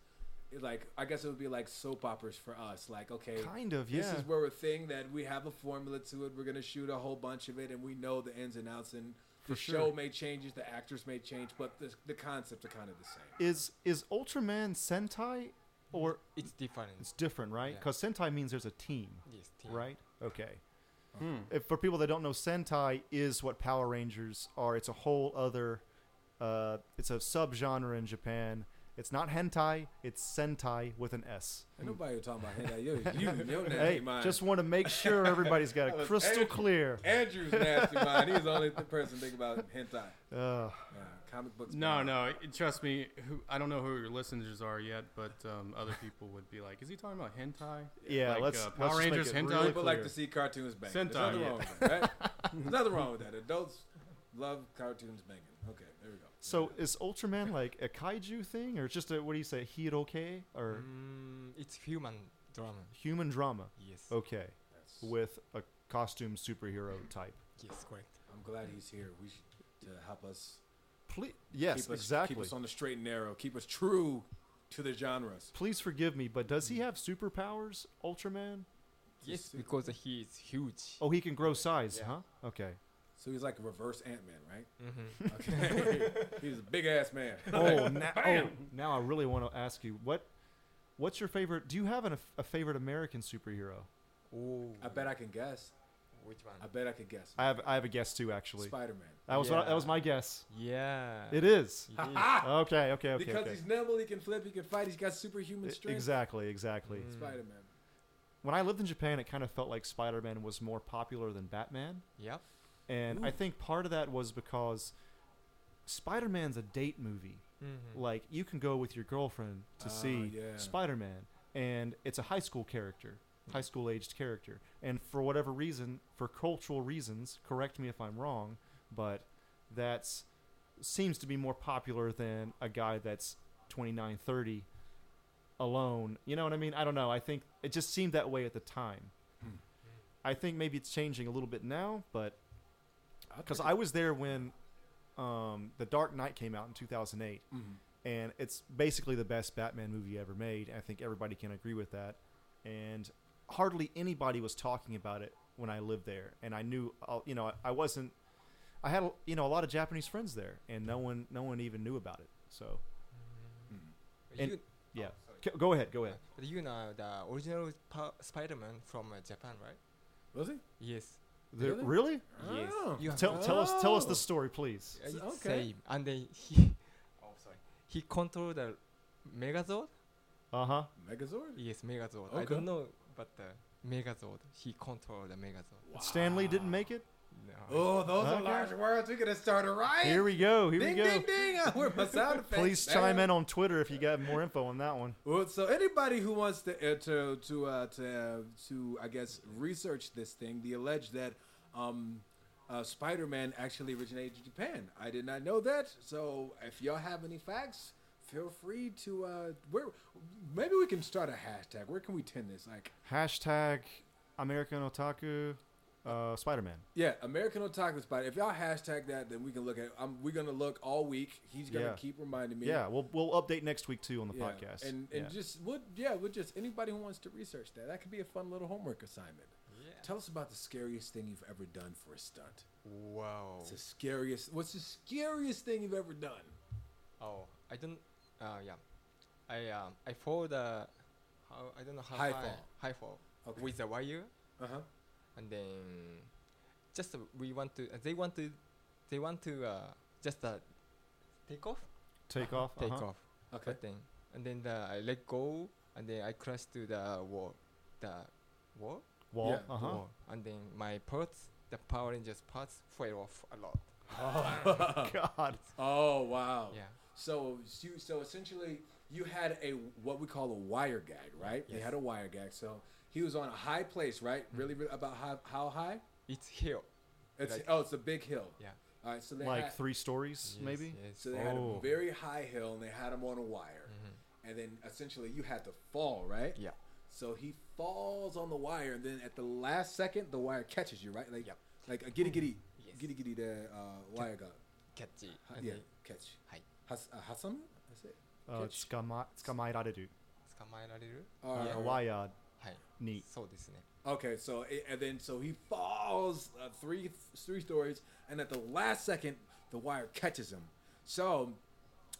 Speaker 2: it, like I guess it would be like soap operas for us. Like okay,
Speaker 3: Kind of, yeah.
Speaker 2: this is where we're thing that we have a formula to it. We're gonna shoot a whole bunch of it, and we know the ins and outs. And the
Speaker 3: For sure.
Speaker 2: show may change, the actors may change, but the the concepts are kind of the same.
Speaker 3: Is is Ultraman Sentai or
Speaker 4: It's different.
Speaker 3: it's different, right?
Speaker 4: Yeah.
Speaker 3: Because Sentai means there's a team,
Speaker 4: Yes. team.
Speaker 3: right? Okay.
Speaker 2: Uh-huh.
Speaker 5: hmm.
Speaker 3: If, for people that don't know, Sentai is what Power Rangers are. It's a whole other. Uh, it's a subgenre in Japan. It's not hentai. It's Sentai with an S.
Speaker 2: And nobody was talking about hentai. Yo, you, your nasty
Speaker 3: Hey,
Speaker 2: mind.
Speaker 3: just want to make sure everybody's got
Speaker 2: That
Speaker 3: it
Speaker 2: was
Speaker 3: crystal
Speaker 2: energy.
Speaker 3: clear.
Speaker 2: Andrew's nasty mind. He's the only th- person thinking about hentai.
Speaker 3: Uh,
Speaker 2: Yeah, comic books.
Speaker 5: No,
Speaker 2: man.
Speaker 5: no. it- Trust me. Who I don't know who your listeners are yet, but um, other people would be like, "Is he talking about hentai?"
Speaker 3: yeah,
Speaker 5: Like,
Speaker 3: let's,
Speaker 5: uh,
Speaker 3: let's
Speaker 5: Power
Speaker 3: just make
Speaker 5: Rangers
Speaker 3: it
Speaker 5: hentai?
Speaker 3: really
Speaker 2: People like
Speaker 3: clear.
Speaker 2: to see cartoons banging. There's
Speaker 5: Sentai,
Speaker 2: nothing
Speaker 5: yeah.
Speaker 2: wrong with that. Right? There's nothing wrong with that. Adults love cartoons banging. Okay, there we go.
Speaker 3: So is Ultraman like a kaiju thing, or just a what do you say, hiroke
Speaker 2: Mm-hmm.
Speaker 3: or
Speaker 4: Mm, it's human drama.
Speaker 3: human drama?
Speaker 4: Yes.
Speaker 3: Okay,
Speaker 2: That's-
Speaker 3: with a costume superhero type.
Speaker 4: Yes. Correct.
Speaker 2: I'm glad he's here. We should to help us.
Speaker 3: Please, yes,
Speaker 2: keep us,
Speaker 3: exactly.
Speaker 2: Keep us on the straight and narrow. Keep us true to the genres.
Speaker 3: Please forgive me, but does he have superpowers, Ultraman?
Speaker 4: Yes,
Speaker 2: Just-
Speaker 4: because he is huge.
Speaker 3: Oh, he can grow size,
Speaker 4: Yeah.
Speaker 3: huh? Okay.
Speaker 2: So he's like a reverse Ant Man, right?
Speaker 4: Mm-hmm.
Speaker 2: Okay. he's a big ass man.
Speaker 3: Oh, na- oh, now I really want to ask you what. What's your favorite? Do you have an, a favorite American superhero?
Speaker 4: Oh.
Speaker 2: I bet I can guess.
Speaker 4: Which one?
Speaker 2: I bet I could guess.
Speaker 3: I have I have a guess too actually.
Speaker 2: Spider Man.
Speaker 3: That was what I-
Speaker 4: Yeah.
Speaker 3: that was my guess.
Speaker 4: Yeah.
Speaker 3: It is.
Speaker 2: Ah,
Speaker 4: It is.
Speaker 3: Okay, okay, okay.
Speaker 2: because
Speaker 3: okay.
Speaker 2: he's nimble, he can flip, he can fight, he's got superhuman
Speaker 3: E-
Speaker 2: strength. Hmm.
Speaker 3: Exactly, exactly.
Speaker 4: Mm.
Speaker 2: Spider Man.
Speaker 3: When I lived in Japan, it kind of felt like Spider-Man was more popular than Batman,
Speaker 4: Yep.
Speaker 3: and I think part of that was because Spider-Man's a date movie.
Speaker 4: Mhm.
Speaker 3: Like you can go with your girlfriend to
Speaker 2: Oh,
Speaker 3: see
Speaker 2: yeah.
Speaker 3: Spider-Man, and it's a high school character, high school aged character, and for whatever reason, for cultural reasons, correct me if I'm wrong, but that's seems to be more popular than a guy that's 29, 30 alone. You know what I mean? I don't know. I think it just seemed that way at the time. I think maybe it's changing a little bit now, but
Speaker 2: I'll
Speaker 3: because
Speaker 2: take
Speaker 3: I was there when um, the Dark Knight came out in 2008,
Speaker 2: Mm-hmm.
Speaker 3: and it's basically the best Batman movie ever made. I think everybody can agree with that, and hardly anybody was talking about it when I lived there, and I knew, I'll- you know, I, I wasn't. I had, you know, a lot of Japanese friends there, and no one, no one even knew about it. So,
Speaker 2: Mm-hmm.
Speaker 3: And-
Speaker 4: you,
Speaker 3: yeah,
Speaker 4: Oh, sorry.
Speaker 3: C- go ahead, go ahead.
Speaker 4: But you know the original pa- Spider-Man from uh, Japan, right?
Speaker 2: Was he?
Speaker 4: Yes.
Speaker 3: The-
Speaker 2: Really?
Speaker 3: really?
Speaker 4: Yes.
Speaker 2: Oh.
Speaker 4: You have
Speaker 3: Tell, tell us, tell us
Speaker 2: Oh.
Speaker 3: the story, please.
Speaker 4: Uh, it's
Speaker 2: Okay.
Speaker 4: Same. And then he. oh, sorry. He controlled the Megazord.
Speaker 3: Uh huh.
Speaker 2: Megazord?
Speaker 4: Yes, Megazord. I
Speaker 2: Okay.
Speaker 4: don't know, but the Megazord. He controlled the Megazord.
Speaker 3: Stanley didn't make it.
Speaker 4: No.
Speaker 2: Oh, those
Speaker 3: Okay.
Speaker 2: are large words. We're gonna start a riot.
Speaker 3: Here we go. Here
Speaker 2: ding,
Speaker 3: we go.
Speaker 2: ding, ding, I Where my sound effects?
Speaker 3: Please
Speaker 2: Damn.
Speaker 3: chime in on Twitter if you got more info on that one.
Speaker 2: Well, so anybody who wants to uh, to to uh, to, uh, to I guess research this thing, the alleged that um, uh, Spider-Man actually originated in Japan. I did not know that. So if y'all have any facts, feel free to uh, where maybe we can start a hashtag. Where can we tend this? Like
Speaker 3: Hashtag American Otaku uh, Spider Man.
Speaker 2: Yeah, American Otaku Spider. If y'all hashtag that, then we can look at. i we're gonna look all week. He's gonna
Speaker 3: Yeah.
Speaker 2: keep reminding me.
Speaker 3: Yeah, we'll we'll update next week too on the
Speaker 2: Yeah,
Speaker 3: podcast.
Speaker 2: And and
Speaker 3: Yeah.
Speaker 2: just what? Yeah, we just anybody who wants to research that. That could be a fun little homework assignment.
Speaker 4: Yeah.
Speaker 2: Tell us about the scariest thing you've ever done for a stunt.
Speaker 3: Oh.
Speaker 4: Wow.
Speaker 2: It's the scariest. What's the scariest thing you've ever done?
Speaker 4: Oh, I don't. Uh, yeah. I um I fall the. How I don't know how
Speaker 2: High
Speaker 4: high
Speaker 2: fall.
Speaker 4: High fall.
Speaker 2: Okay.
Speaker 4: With the wire.
Speaker 2: Uh huh.
Speaker 4: and then just uh, we want to uh, they want to they want to uh, just uh, take off
Speaker 3: take off.
Speaker 4: take
Speaker 3: uh-huh.
Speaker 4: off
Speaker 2: Okay.
Speaker 4: but then and then the, I let go and then I crash to the wall the wall
Speaker 3: Wall.
Speaker 2: Yeah,
Speaker 3: uh-huh.
Speaker 4: wall and then my parts the Power Rangers parts fell off a lot
Speaker 3: God.
Speaker 2: Oh wow.
Speaker 4: yeah
Speaker 2: So you so essentially you had a what we call a wire gag, right? They
Speaker 4: Yes. Mm-hmm.
Speaker 2: had a wire gag. So he was on a high place, right? Really, really about how, how high?
Speaker 4: it's here
Speaker 2: It's
Speaker 4: Like-
Speaker 2: oh, it's a big hill.
Speaker 4: yeah
Speaker 2: All right, so they
Speaker 3: Like
Speaker 2: had,
Speaker 3: three stories,
Speaker 4: Yes,
Speaker 3: maybe?
Speaker 4: yes.
Speaker 2: so they had a
Speaker 3: Oh.
Speaker 2: very high hill and they had him on a wire, and then essentially you had to fall, right?
Speaker 4: Mm-hmm. yeah
Speaker 2: So he falls on the wire, and then at the last second, the wire catches you, right? Like
Speaker 4: Yep.
Speaker 2: like a giddy giddy,
Speaker 4: Yes.
Speaker 2: giddy giddy. The uh, wire got
Speaker 4: catchy
Speaker 2: ha-
Speaker 4: and
Speaker 2: yeah
Speaker 4: then
Speaker 2: catch.
Speaker 4: Hi.
Speaker 2: Has, uh, Hasam? That's it.
Speaker 3: Uh,
Speaker 2: Catch.
Speaker 3: tsukama- Tsukamairaruru.
Speaker 4: 捕まえられる
Speaker 3: Uh,
Speaker 2: All
Speaker 4: Yeah.
Speaker 2: right.
Speaker 3: Waiad.
Speaker 4: はい
Speaker 3: Neat.
Speaker 4: そうですね
Speaker 2: Okay, so it, and then so he falls uh, three three stories, and at the last second, the wire catches him. So,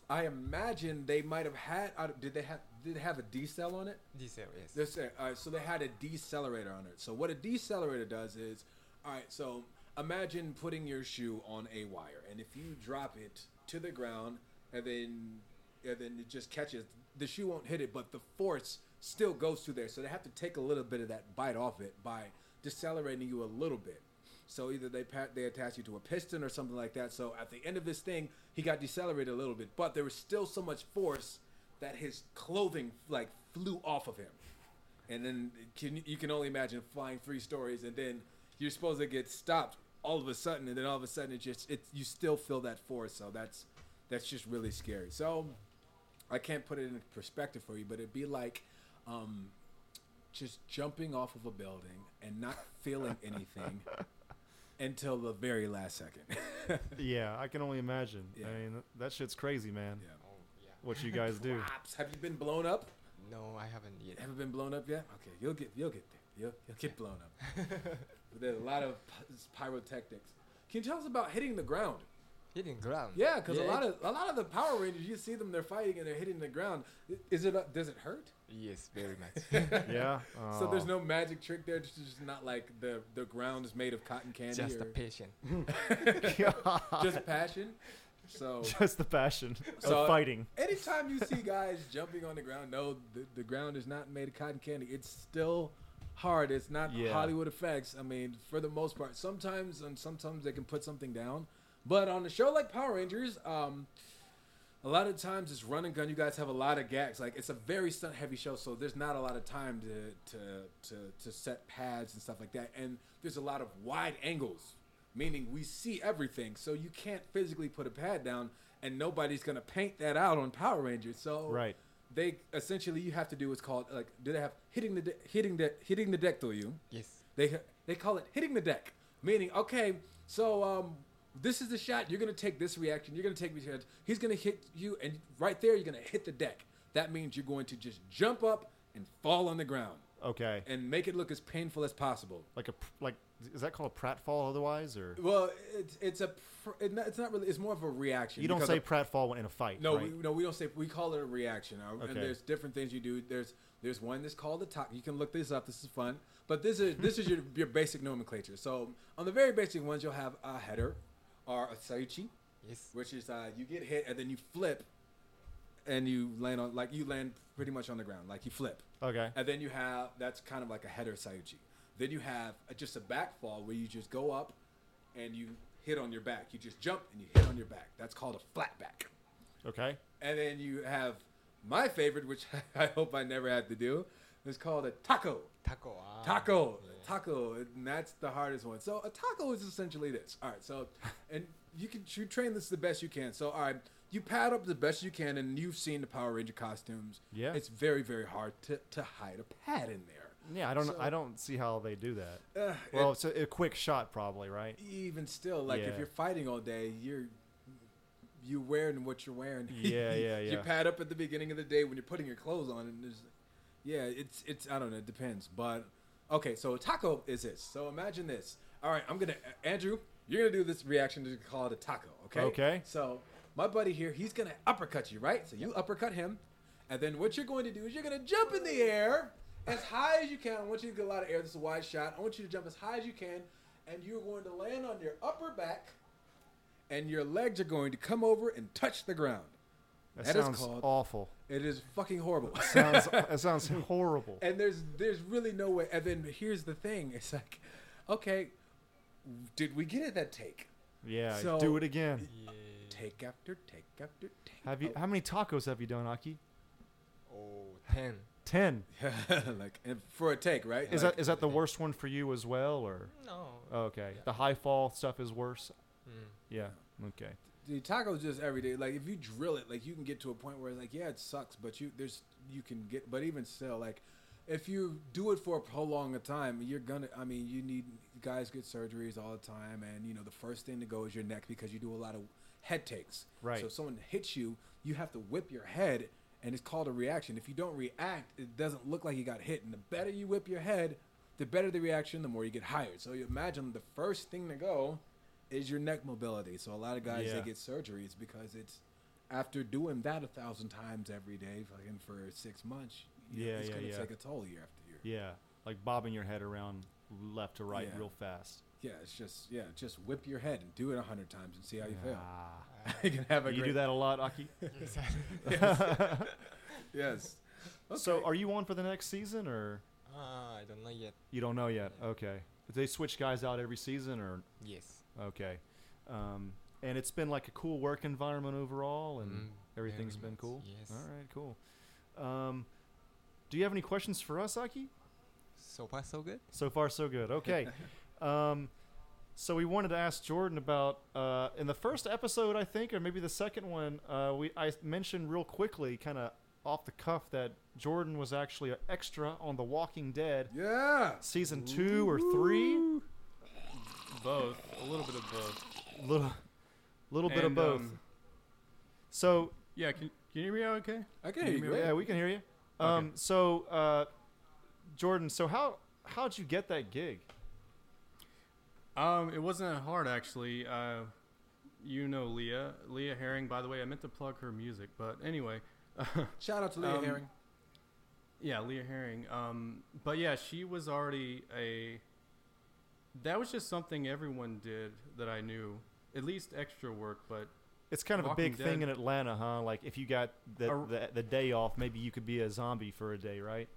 Speaker 2: I imagine they might have had. Uh, did they have? Did they have a decel on it?
Speaker 4: This area yes
Speaker 2: This, uh, all right, so they had a decelerator on it. So what a decelerator does is, all right. So imagine putting your shoe on a wire, and if you drop it to the ground, and then and then it just catches, the shoe won't hit it, but the force still goes through there. So they have to take a little bit of that bite off it by decelerating you a little bit. So either they pat, they attach you to a piston or something like that. So at the end of this thing, he got decelerated a little bit, but there was still so much force that his clothing like flew off of him. And then can you can only imagine flying three stories, and then you're supposed to get stopped all of a sudden, and then all of a sudden it just it you still feel that force. So that's that's just really scary. So I can't put it in perspective for you, but it'd be like um, just jumping off of a building and not feeling anything until the very last second.
Speaker 3: Yeah, I can only imagine. I
Speaker 2: Yeah.
Speaker 3: mean, th- that shit's crazy, man.
Speaker 2: Yeah.
Speaker 4: oh yeah
Speaker 3: What you guys do.
Speaker 2: Pops, have you been blown up?
Speaker 4: no I haven't yet
Speaker 2: Haven't been blown up yet? Okay, you'll get you'll get there. You'll, you'll get blown up. but there's a lot of py- pyrotechnics. Can you tell us about hitting the ground?
Speaker 4: hitting ground.
Speaker 2: Yeah, because a
Speaker 4: Mm-hmm. Yeah,
Speaker 2: lot
Speaker 4: it-
Speaker 2: of a lot of the Power Rangers, you see them, they're fighting and they're hitting the ground. Is it? uh, Does it hurt?
Speaker 4: Yes, very much.
Speaker 3: yeah.
Speaker 2: So there's
Speaker 3: Oh.
Speaker 2: no magic trick there. It's just not like the the ground is made of cotton candy
Speaker 4: Just a
Speaker 2: or
Speaker 4: patient.
Speaker 2: just passion. So
Speaker 3: Oh. just the passion
Speaker 2: So-
Speaker 3: of fighting.
Speaker 2: anytime you see guys jumping on the ground, no, the, the ground is not made of cotton candy. It's still hard. It's not
Speaker 3: Yeah.
Speaker 2: Hollywood effects. I mean, for the most part, sometimes and sometimes they can put something down, but on a show like Power Rangers, um, a lot of times it's run and gun. You guys have a lot of gags. Like it's a very stunt heavy show, so there's not a lot of time to to to, to set pads and stuff like that. And there's a lot of wide angles, meaning we see everything. So you can't physically put a pad down, and nobody's gonna paint that out on Power Rangers. So
Speaker 3: Right.
Speaker 2: they essentially you have to do what's called like do they have hitting the de- hitting the hitting the deck to you?
Speaker 4: Yes.
Speaker 2: They they call it hitting the deck, meaning okay, so um, this is the shot. You're gonna take this reaction. You're gonna take this. reaction. He's gonna hit you, and right there, you're gonna hit the deck. That means you're going to just jump up and fall on the ground
Speaker 3: Okay.
Speaker 2: and make it look as painful as possible.
Speaker 3: Like a pr- like is that called a pratfall otherwise or
Speaker 2: Well, it's it's a pr- it not- it's not really it's more of a reaction.
Speaker 3: you don't
Speaker 2: because
Speaker 3: say
Speaker 2: a-
Speaker 3: pratfall in a fight,
Speaker 2: No,
Speaker 3: right?
Speaker 2: we, no, we don't say. We call it a reaction. uh,
Speaker 3: Okay.
Speaker 2: And there's different things you do. There's there's one that's called a talk. You can look this up. This is fun. But this is this is your your basic nomenclature. So on the very basic ones, you'll have a header, or a sayuchi,
Speaker 4: Yes.
Speaker 2: which is uh, you get hit and then you flip, and you land on like you land pretty much on the ground, like you flip.
Speaker 3: okay.
Speaker 2: And then you have that's kind of like a header sayuchi. Then you have a, just a back fall where you just go up and you hit on your back. You just jump and you hit on your back. That's called a flat back.
Speaker 3: Okay.
Speaker 2: And then you have my favorite, which I hope I never had to do. It's called a taco.
Speaker 4: Taco. ah.
Speaker 2: Taco. Taco. And that's the hardest one. So a taco is essentially this. All right. So, and you can you train this the best you can. So, all right. You pad up the best you can, and you've seen the Power Ranger costumes.
Speaker 3: Yeah.
Speaker 2: It's very, very hard to, to hide a pad in there.
Speaker 3: Yeah, I don't
Speaker 2: So-
Speaker 3: I don't see how they do that.
Speaker 2: Uh,
Speaker 3: Well, it's a, a quick shot probably, right?
Speaker 2: even still, like
Speaker 3: Yeah.
Speaker 2: if you're fighting all day, you're you wearing what you're wearing.
Speaker 3: Yeah, yeah,
Speaker 2: You
Speaker 3: yeah.
Speaker 2: pad up at the beginning of the day when you're putting your clothes on, and there's, yeah, it's it's I don't know, it depends. But okay, so taco is this. So imagine this. All right, I'm gonna Andrew, you're gonna do this reaction to call it a taco. Okay.
Speaker 3: Okay.
Speaker 2: So my buddy here, he's gonna uppercut you, right? So you uppercut him, and then what you're going to do is you're gonna jump in the air as high as you can. I want you to get a lot of air. This is a wide shot. I want you to jump as high as you can, and you're going to land on your upper back, and your legs are going to come over and touch the ground.
Speaker 3: That,
Speaker 2: That is
Speaker 3: sounds
Speaker 2: called-
Speaker 3: awful.
Speaker 2: It is fucking horrible.
Speaker 3: Sounds that sounds horrible.
Speaker 2: and there's there's really no way. And then here's the thing: it's like, okay, did we get it that take?
Speaker 3: Yeah,
Speaker 2: So-
Speaker 3: do it again.
Speaker 2: Take after take after take.
Speaker 3: Have you how many tacos have you done, Aki?
Speaker 4: Oh, 10.
Speaker 3: 10.
Speaker 2: like and for a take, right?
Speaker 3: Is
Speaker 2: Like,
Speaker 3: that is that the worst one for you as well or Oh,
Speaker 4: No.
Speaker 3: okay.
Speaker 4: Yeah.
Speaker 3: The high fall stuff is worse.
Speaker 4: Mm.
Speaker 3: Yeah. Okay.
Speaker 2: the tacos just every day? Like if you drill it, like you can get to a point where like yeah, it sucks, but you there's you can get. But even still, like if you do it for a prolonged time, you're gonna. I mean, you need guys get surgeries all the time, and you know the first thing to go is your neck because you do a lot of head takes.
Speaker 3: Right.
Speaker 2: So if someone hits you, you have to whip your head, and it's called a reaction. If you don't react, it doesn't look like you got hit. And the better you whip your head, the better the reaction, the more you get hired. So you imagine the first thing to go is your neck mobility. So a lot of guys
Speaker 3: Yeah.
Speaker 2: they get surgeries because it's after doing that a thousand times every day, fucking for six months. you know,
Speaker 3: Yeah,
Speaker 2: it's
Speaker 3: yeah,
Speaker 2: gonna
Speaker 3: yeah.
Speaker 2: take a toll year after year.
Speaker 3: Yeah. Like bobbing your head around left to right
Speaker 2: Yeah.
Speaker 3: real fast.
Speaker 2: Yeah, it's just yeah, just whip your head and do it a hundred times and see how you
Speaker 3: Ah.
Speaker 2: feel. you can have a
Speaker 3: You do
Speaker 2: great-
Speaker 3: that a lot, Aki?
Speaker 4: Yes.
Speaker 2: Yes.
Speaker 3: So uh, are you on for the next season or
Speaker 4: Ah, I don't know yet.
Speaker 3: you don't know yet?
Speaker 4: Yeah.
Speaker 3: Okay. Did they switch guys out every season or
Speaker 4: Yes.
Speaker 3: okay. Um, and it's been like a cool work environment overall
Speaker 5: Mm-hmm.
Speaker 3: and
Speaker 4: Mm,
Speaker 3: everything's
Speaker 4: very
Speaker 3: been
Speaker 4: much,
Speaker 3: cool.
Speaker 4: Yes.
Speaker 3: All right, cool. Um, do you have any questions for us, Aki?
Speaker 4: So far, so good.
Speaker 3: So far, so good. Okay. um, so we wanted to ask Jordan about uh, in the first episode, I think, or maybe the second one. Uh, we I mentioned real quickly, kind of off the cuff, that Jordan was actually an extra on The Walking Dead
Speaker 2: Yeah.
Speaker 3: season two or three.
Speaker 5: Both, a little bit of both.
Speaker 3: Little, little bit of
Speaker 5: And,
Speaker 3: both.
Speaker 5: um,
Speaker 3: so
Speaker 5: yeah, can, can you hear me out okay?
Speaker 2: I can hear you.
Speaker 3: yeah,
Speaker 2: Great.
Speaker 3: we can hear you.
Speaker 5: Okay.
Speaker 3: Um, so uh, Jordan, so how how'd you get that gig?
Speaker 5: Um, it wasn't that hard actually. Uh, you know Leah, Leah Herring. By the way, I meant to plug her music, but anyway,
Speaker 6: Shout out to Leah
Speaker 5: Um,
Speaker 6: Herring.
Speaker 5: yeah, Leah Herring. Um, but yeah, she was already a. That was just something everyone did that I knew, at least extra work. But
Speaker 3: It's kind of a
Speaker 5: Walking
Speaker 3: big thing
Speaker 5: Dead.
Speaker 3: in Atlanta, huh? Like if you got the,
Speaker 5: Ar-
Speaker 3: the the day off, maybe you could be a zombie for a day, right?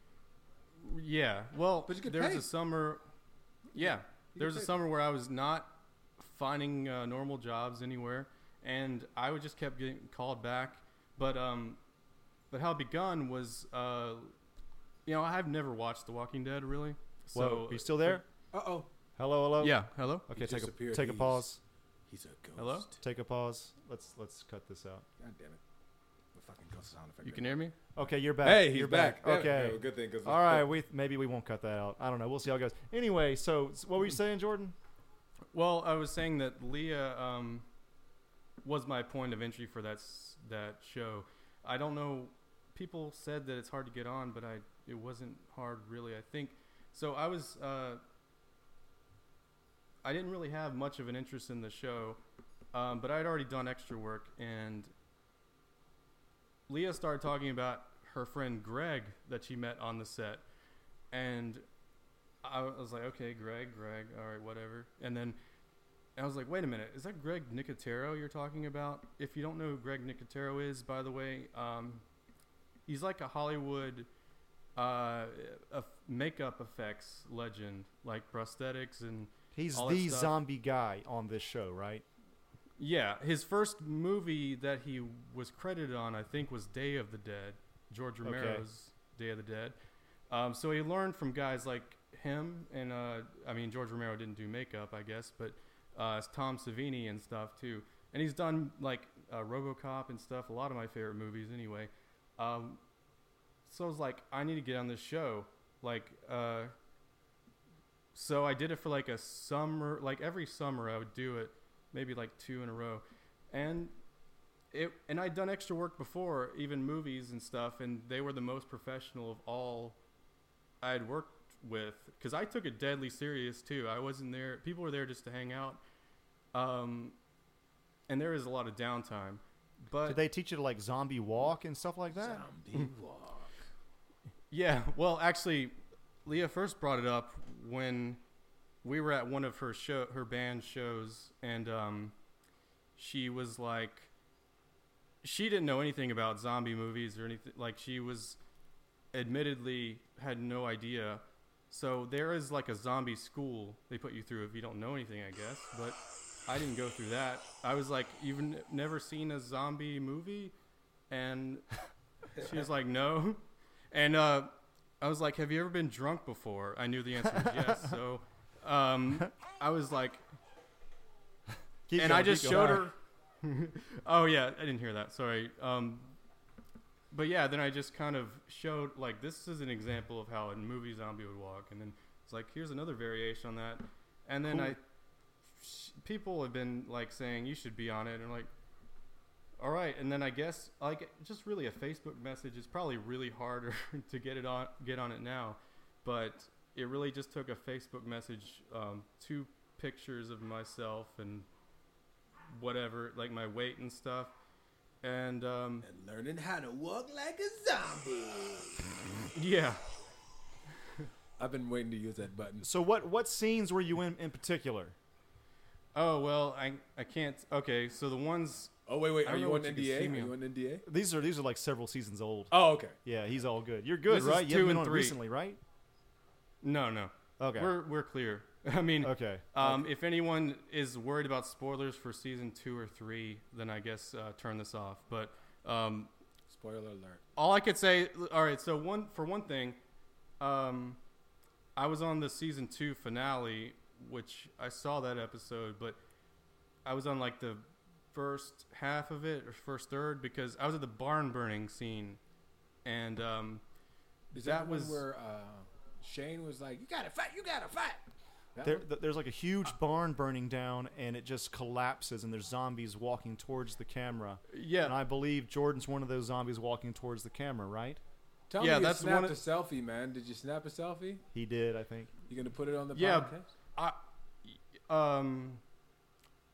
Speaker 5: yeah, well,
Speaker 2: But you get
Speaker 5: there was
Speaker 2: paid.
Speaker 5: a summer. Yeah,
Speaker 2: You get
Speaker 5: there was a
Speaker 2: paid.
Speaker 5: summer where I was not finding uh, normal jobs anywhere, and I would just kept getting called back. But um, but how it begun was uh, you know, I've never watched The Walking Dead really. So
Speaker 3: Whoa, are you still there?
Speaker 6: Uh oh.
Speaker 3: Hello, hello.
Speaker 5: Yeah. Hello.
Speaker 3: Okay, take a
Speaker 2: disappeared.
Speaker 3: take a
Speaker 2: He's-
Speaker 3: pause.
Speaker 2: He's a ghost.
Speaker 5: Hello?
Speaker 3: Take a pause. Let's let's cut this out.
Speaker 2: God damn it. The fucking ghost sound effect.
Speaker 5: You can hear me.
Speaker 3: Okay, you're back.
Speaker 2: Hey, he's
Speaker 3: you're
Speaker 2: back. Damn it.
Speaker 3: Okay.
Speaker 2: Yeah, good thing. 'cause-
Speaker 3: All right, we maybe we won't cut that out. I don't know. We'll see how it goes. Anyway, so s- what were you saying, Jordan?
Speaker 5: Well, I was saying that Leah um, was my point of entry for that s- that show. I don't know. People said that it's hard to get on, but I it wasn't hard really. I think so. I was uh, I didn't really have much of an interest in the show, um, but I had already done extra work, and Leah started talking about her friend Greg that she met on the set, and I was like, okay, Greg, Greg, all right, whatever. And then I was like, wait a minute, is that Greg Nicotero you're talking about? If you don't know who Greg Nicotero is, by the way, um, he's like a Hollywood uh, a makeup effects legend, like prosthetics and
Speaker 3: He's
Speaker 5: All that
Speaker 3: the
Speaker 5: stuff.
Speaker 3: zombie guy on this show, right?
Speaker 5: yeah. His first movie that he was credited on, I think, was Day of the Dead, George
Speaker 3: Okay.
Speaker 5: Romero's Day of the Dead. Um, so he learned from guys like him, and uh, I mean, George Romero didn't do makeup, I guess, but uh, it's Tom Savini and stuff too. And he's done like uh, RoboCop and stuff, a lot of my favorite movies anyway. Um, so I was like, I need to get on this show. Like, uh, so I did it for like a summer, like every summer I would do it, maybe like two in a row, and it and I'd done extra work before, even movies and stuff, and they were the most professional of all I had worked with because I took it deadly serious too. I wasn't there; people were there just to hang out, um, and there is a lot of downtime. But
Speaker 3: Did they teach you to like zombie walk and stuff like that?
Speaker 2: Zombie walk.
Speaker 5: Yeah, well, actually, Leah first brought it up when we were at one of her show, her band shows, and um, she was like, she didn't know anything about zombie movies or anything. Like, she was admittedly had no idea. So there is like a zombie school they put you through if you don't know anything, I guess. But I didn't go through that. I was like, you've n- never seen a zombie movie, and she was like, no. And uh, I was like, "Have you ever been drunk before?" I knew the answer was yes, so um, I was like,
Speaker 3: Keep
Speaker 5: and
Speaker 3: going,
Speaker 5: I just
Speaker 3: keep
Speaker 5: showed
Speaker 3: going.
Speaker 5: her. oh yeah, I didn't hear that. Sorry. Um, but yeah, then I just kind of showed like this is an example of how a movie zombie would walk, and then it's like here's another variation on that, and then
Speaker 3: Cool.
Speaker 5: I sh- people have been like saying you should be on it, and I'm like, all right, and then I guess like just really a Facebook message is probably really harder to get it on get on it now, but it really just took a Facebook message, um, two pictures of myself and whatever, like my weight and stuff. And um,
Speaker 2: And learning how to walk like a zombie.
Speaker 5: yeah,
Speaker 2: I've been waiting to use that button.
Speaker 3: So what what scenes were you in in particular?
Speaker 5: oh well, I I can't. Okay, so the ones
Speaker 2: Oh wait, wait.
Speaker 5: I
Speaker 2: Are
Speaker 5: don't
Speaker 2: you
Speaker 5: know
Speaker 2: on
Speaker 5: what you can
Speaker 2: NDA?
Speaker 5: see
Speaker 2: Are
Speaker 5: me
Speaker 2: you
Speaker 5: on.
Speaker 2: on NDA?
Speaker 3: These are these are like several seasons old.
Speaker 2: Oh okay.
Speaker 3: Yeah, he's all good. You're good,
Speaker 5: This is
Speaker 3: right? you haven't
Speaker 5: two
Speaker 3: been
Speaker 5: and
Speaker 3: on it
Speaker 5: three.
Speaker 3: recently, right?
Speaker 5: no no
Speaker 3: Okay.
Speaker 5: we're we're clear. I mean
Speaker 3: okay.
Speaker 5: Um, if anyone is worried about spoilers for season two or three, then I guess uh, turn this off. But um,
Speaker 2: Spoiler alert.
Speaker 5: all I could say, all right. So one for one thing, um, I was on the season two finale, which I saw that episode, but I was on like the first half of it or first third because I was at the barn burning scene, and um,
Speaker 2: Is
Speaker 5: That
Speaker 2: that, was
Speaker 5: was-
Speaker 2: where uh, Shane was like, "You gotta fight, you gotta fight." That
Speaker 3: There,
Speaker 2: one?
Speaker 3: th- there's like a huge barn burning down, and it just collapses, and there's zombies walking towards the camera.
Speaker 5: yeah,
Speaker 3: And I believe Jordan's one of those zombies walking towards the camera, right?
Speaker 2: Tell
Speaker 5: Yeah,
Speaker 2: me
Speaker 5: that's
Speaker 2: you snapped
Speaker 5: one of-
Speaker 2: a selfie, man. Did you snap a selfie?
Speaker 3: He did, I think.
Speaker 2: You gonna put it on the
Speaker 5: Yeah.
Speaker 2: podcast?
Speaker 5: I, um,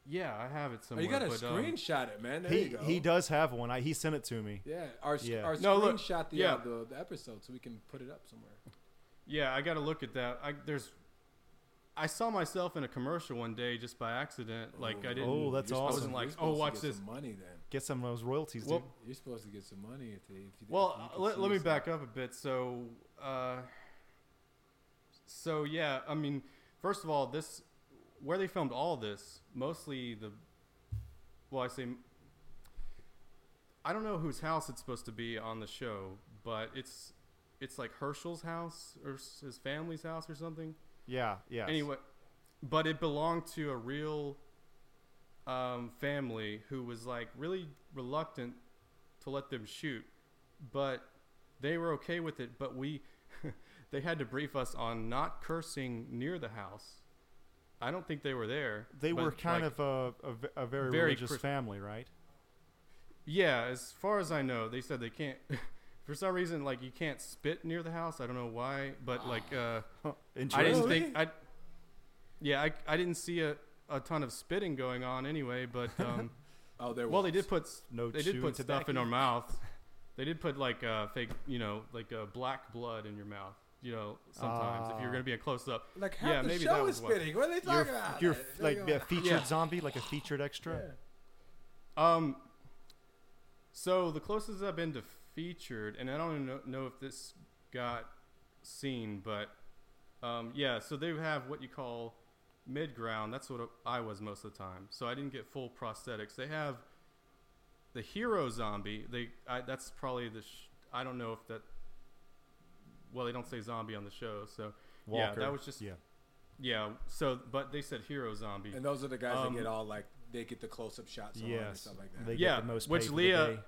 Speaker 5: Yeah, I have it
Speaker 2: Oh,
Speaker 5: somewhere.
Speaker 2: you got to
Speaker 5: but, um,
Speaker 2: screenshot it, man. There you
Speaker 3: He
Speaker 2: go.
Speaker 3: he does have one. I, he sent it to me.
Speaker 2: Yeah, our sc-
Speaker 3: Yeah.
Speaker 2: our
Speaker 5: No, look,
Speaker 2: screenshot the,
Speaker 5: yeah.
Speaker 2: uh, the the episode so we can put it up somewhere.
Speaker 5: Yeah, I got to look at that. I, there's, I saw myself in a commercial one day just by accident. Like I didn't.
Speaker 3: Oh, that's
Speaker 2: You're supposed
Speaker 5: awesome.
Speaker 2: to-
Speaker 5: Like,
Speaker 2: you're supposed
Speaker 5: oh,
Speaker 2: to
Speaker 5: watch
Speaker 2: get
Speaker 5: this.
Speaker 2: some money then.
Speaker 3: Get some of those royalties,
Speaker 5: Well,
Speaker 3: dude.
Speaker 2: You're supposed to get some money if they. If you, if
Speaker 5: Well, uh,
Speaker 2: you can
Speaker 5: let,
Speaker 2: see
Speaker 5: let me
Speaker 2: yourself.
Speaker 5: back up a bit. So, uh, so yeah, I mean, first of all, this where they filmed all this, mostly the. Well, I say. I don't know whose house it's supposed to be on the show, but it's it's like Herschel's house or s- his family's house or something.
Speaker 3: Yeah, yeah.
Speaker 5: Anyway, but it belonged to a real um, family who was like really reluctant to let them shoot, but they were okay with it. But we, they had to brief us on not cursing near the house. I don't think they were there.
Speaker 3: they
Speaker 5: but,
Speaker 3: were kind
Speaker 5: like,
Speaker 3: of a, a ve- a, very,
Speaker 5: very
Speaker 3: religious
Speaker 5: Chris-
Speaker 3: family, right?
Speaker 5: yeah. As far as I know, they said they can't. For some reason, like you can't spit near the house. I don't know why, but like.
Speaker 3: Oh.
Speaker 5: Uh, I
Speaker 3: Interesting.
Speaker 5: didn't
Speaker 2: Really?
Speaker 5: think I. Yeah, I, I didn't see a, a ton of spitting going on anyway, but um,
Speaker 2: Oh, there.
Speaker 5: well,
Speaker 2: was.
Speaker 5: they did put s-
Speaker 3: No
Speaker 5: they did
Speaker 3: chewing
Speaker 5: put stuff in
Speaker 3: tobacco.
Speaker 5: our mouth. They did put like uh, fake, you know, like uh, black blood in your mouth. You know, sometimes if
Speaker 3: Ah.
Speaker 5: you're gonna be a close up.
Speaker 2: Like half
Speaker 5: yeah,
Speaker 2: the
Speaker 5: maybe that
Speaker 2: show
Speaker 5: was
Speaker 2: is
Speaker 5: what-
Speaker 2: spinning. What are they
Speaker 3: You're,
Speaker 2: talking about?
Speaker 3: you're
Speaker 2: They
Speaker 3: like
Speaker 2: go,
Speaker 3: a featured
Speaker 5: Yeah.
Speaker 3: zombie, like a featured extra.
Speaker 2: Yeah.
Speaker 5: Um, so the closest I've been to featured, and I don't even know, know if this got seen, but um, yeah, so they have what you call mid ground. That's what I was most of the time. So I didn't get full prosthetics. They have the hero zombie. They I, that's probably the sh- I don't know if that. Well, they don't say zombie on the show, so yeah,
Speaker 3: Walker.
Speaker 5: that was just yeah.
Speaker 3: yeah.
Speaker 5: so, but they said hero zombie.
Speaker 2: And those are the guys
Speaker 5: Um,
Speaker 2: that get all like they get the close up shots. on and
Speaker 3: Yes.
Speaker 2: stuff like that.
Speaker 3: They
Speaker 5: Yeah,
Speaker 3: get the most
Speaker 5: which
Speaker 3: pay for the
Speaker 5: Leah-
Speaker 3: day.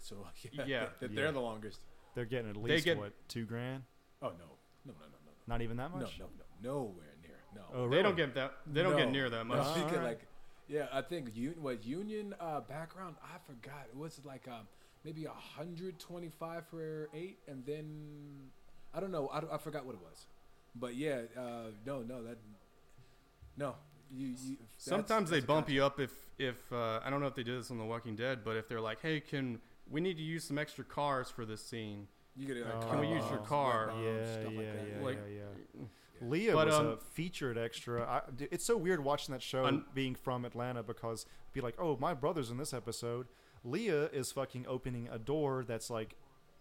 Speaker 2: so yeah,
Speaker 5: Yeah.
Speaker 2: that they're
Speaker 3: Yeah.
Speaker 2: the longest.
Speaker 3: they're getting at least
Speaker 5: get-
Speaker 3: what two grand?
Speaker 2: Oh no, no, no, no,
Speaker 3: Not even that
Speaker 2: no, no, no,
Speaker 3: much.
Speaker 2: no, no, nowhere near. No,
Speaker 3: Oh, really?
Speaker 5: They don't get that. They don't get
Speaker 2: No.
Speaker 5: near that
Speaker 2: No,
Speaker 5: much.
Speaker 2: she could,
Speaker 3: Alright.
Speaker 2: like, yeah, I think un- what union uh, background. I forgot. It was like um, maybe hundred twenty five for eight, and then I don't know. I, don't- I forgot what it was, but yeah, uh, no, no, that no. You, you that's- that's
Speaker 5: Sometimes they
Speaker 2: a
Speaker 5: bump
Speaker 2: contract.
Speaker 5: you up if if uh, I don't know if they did this on The Walking Dead, but if they're like, hey, can we need to use some extra cars for this scene?
Speaker 2: You get like,
Speaker 3: Oh.
Speaker 5: Can we use your car?
Speaker 2: bombs,
Speaker 3: Yeah,
Speaker 2: stuff
Speaker 3: yeah,
Speaker 2: like that.
Speaker 3: yeah,
Speaker 5: Like-
Speaker 3: yeah, yeah. Leah
Speaker 5: But,
Speaker 3: was a
Speaker 5: um,
Speaker 3: featured extra. I, d- it's so weird watching that show
Speaker 5: Un-
Speaker 3: being from Atlanta because it'd be like, oh, my brother's in this episode. Leah is fucking opening a door that's like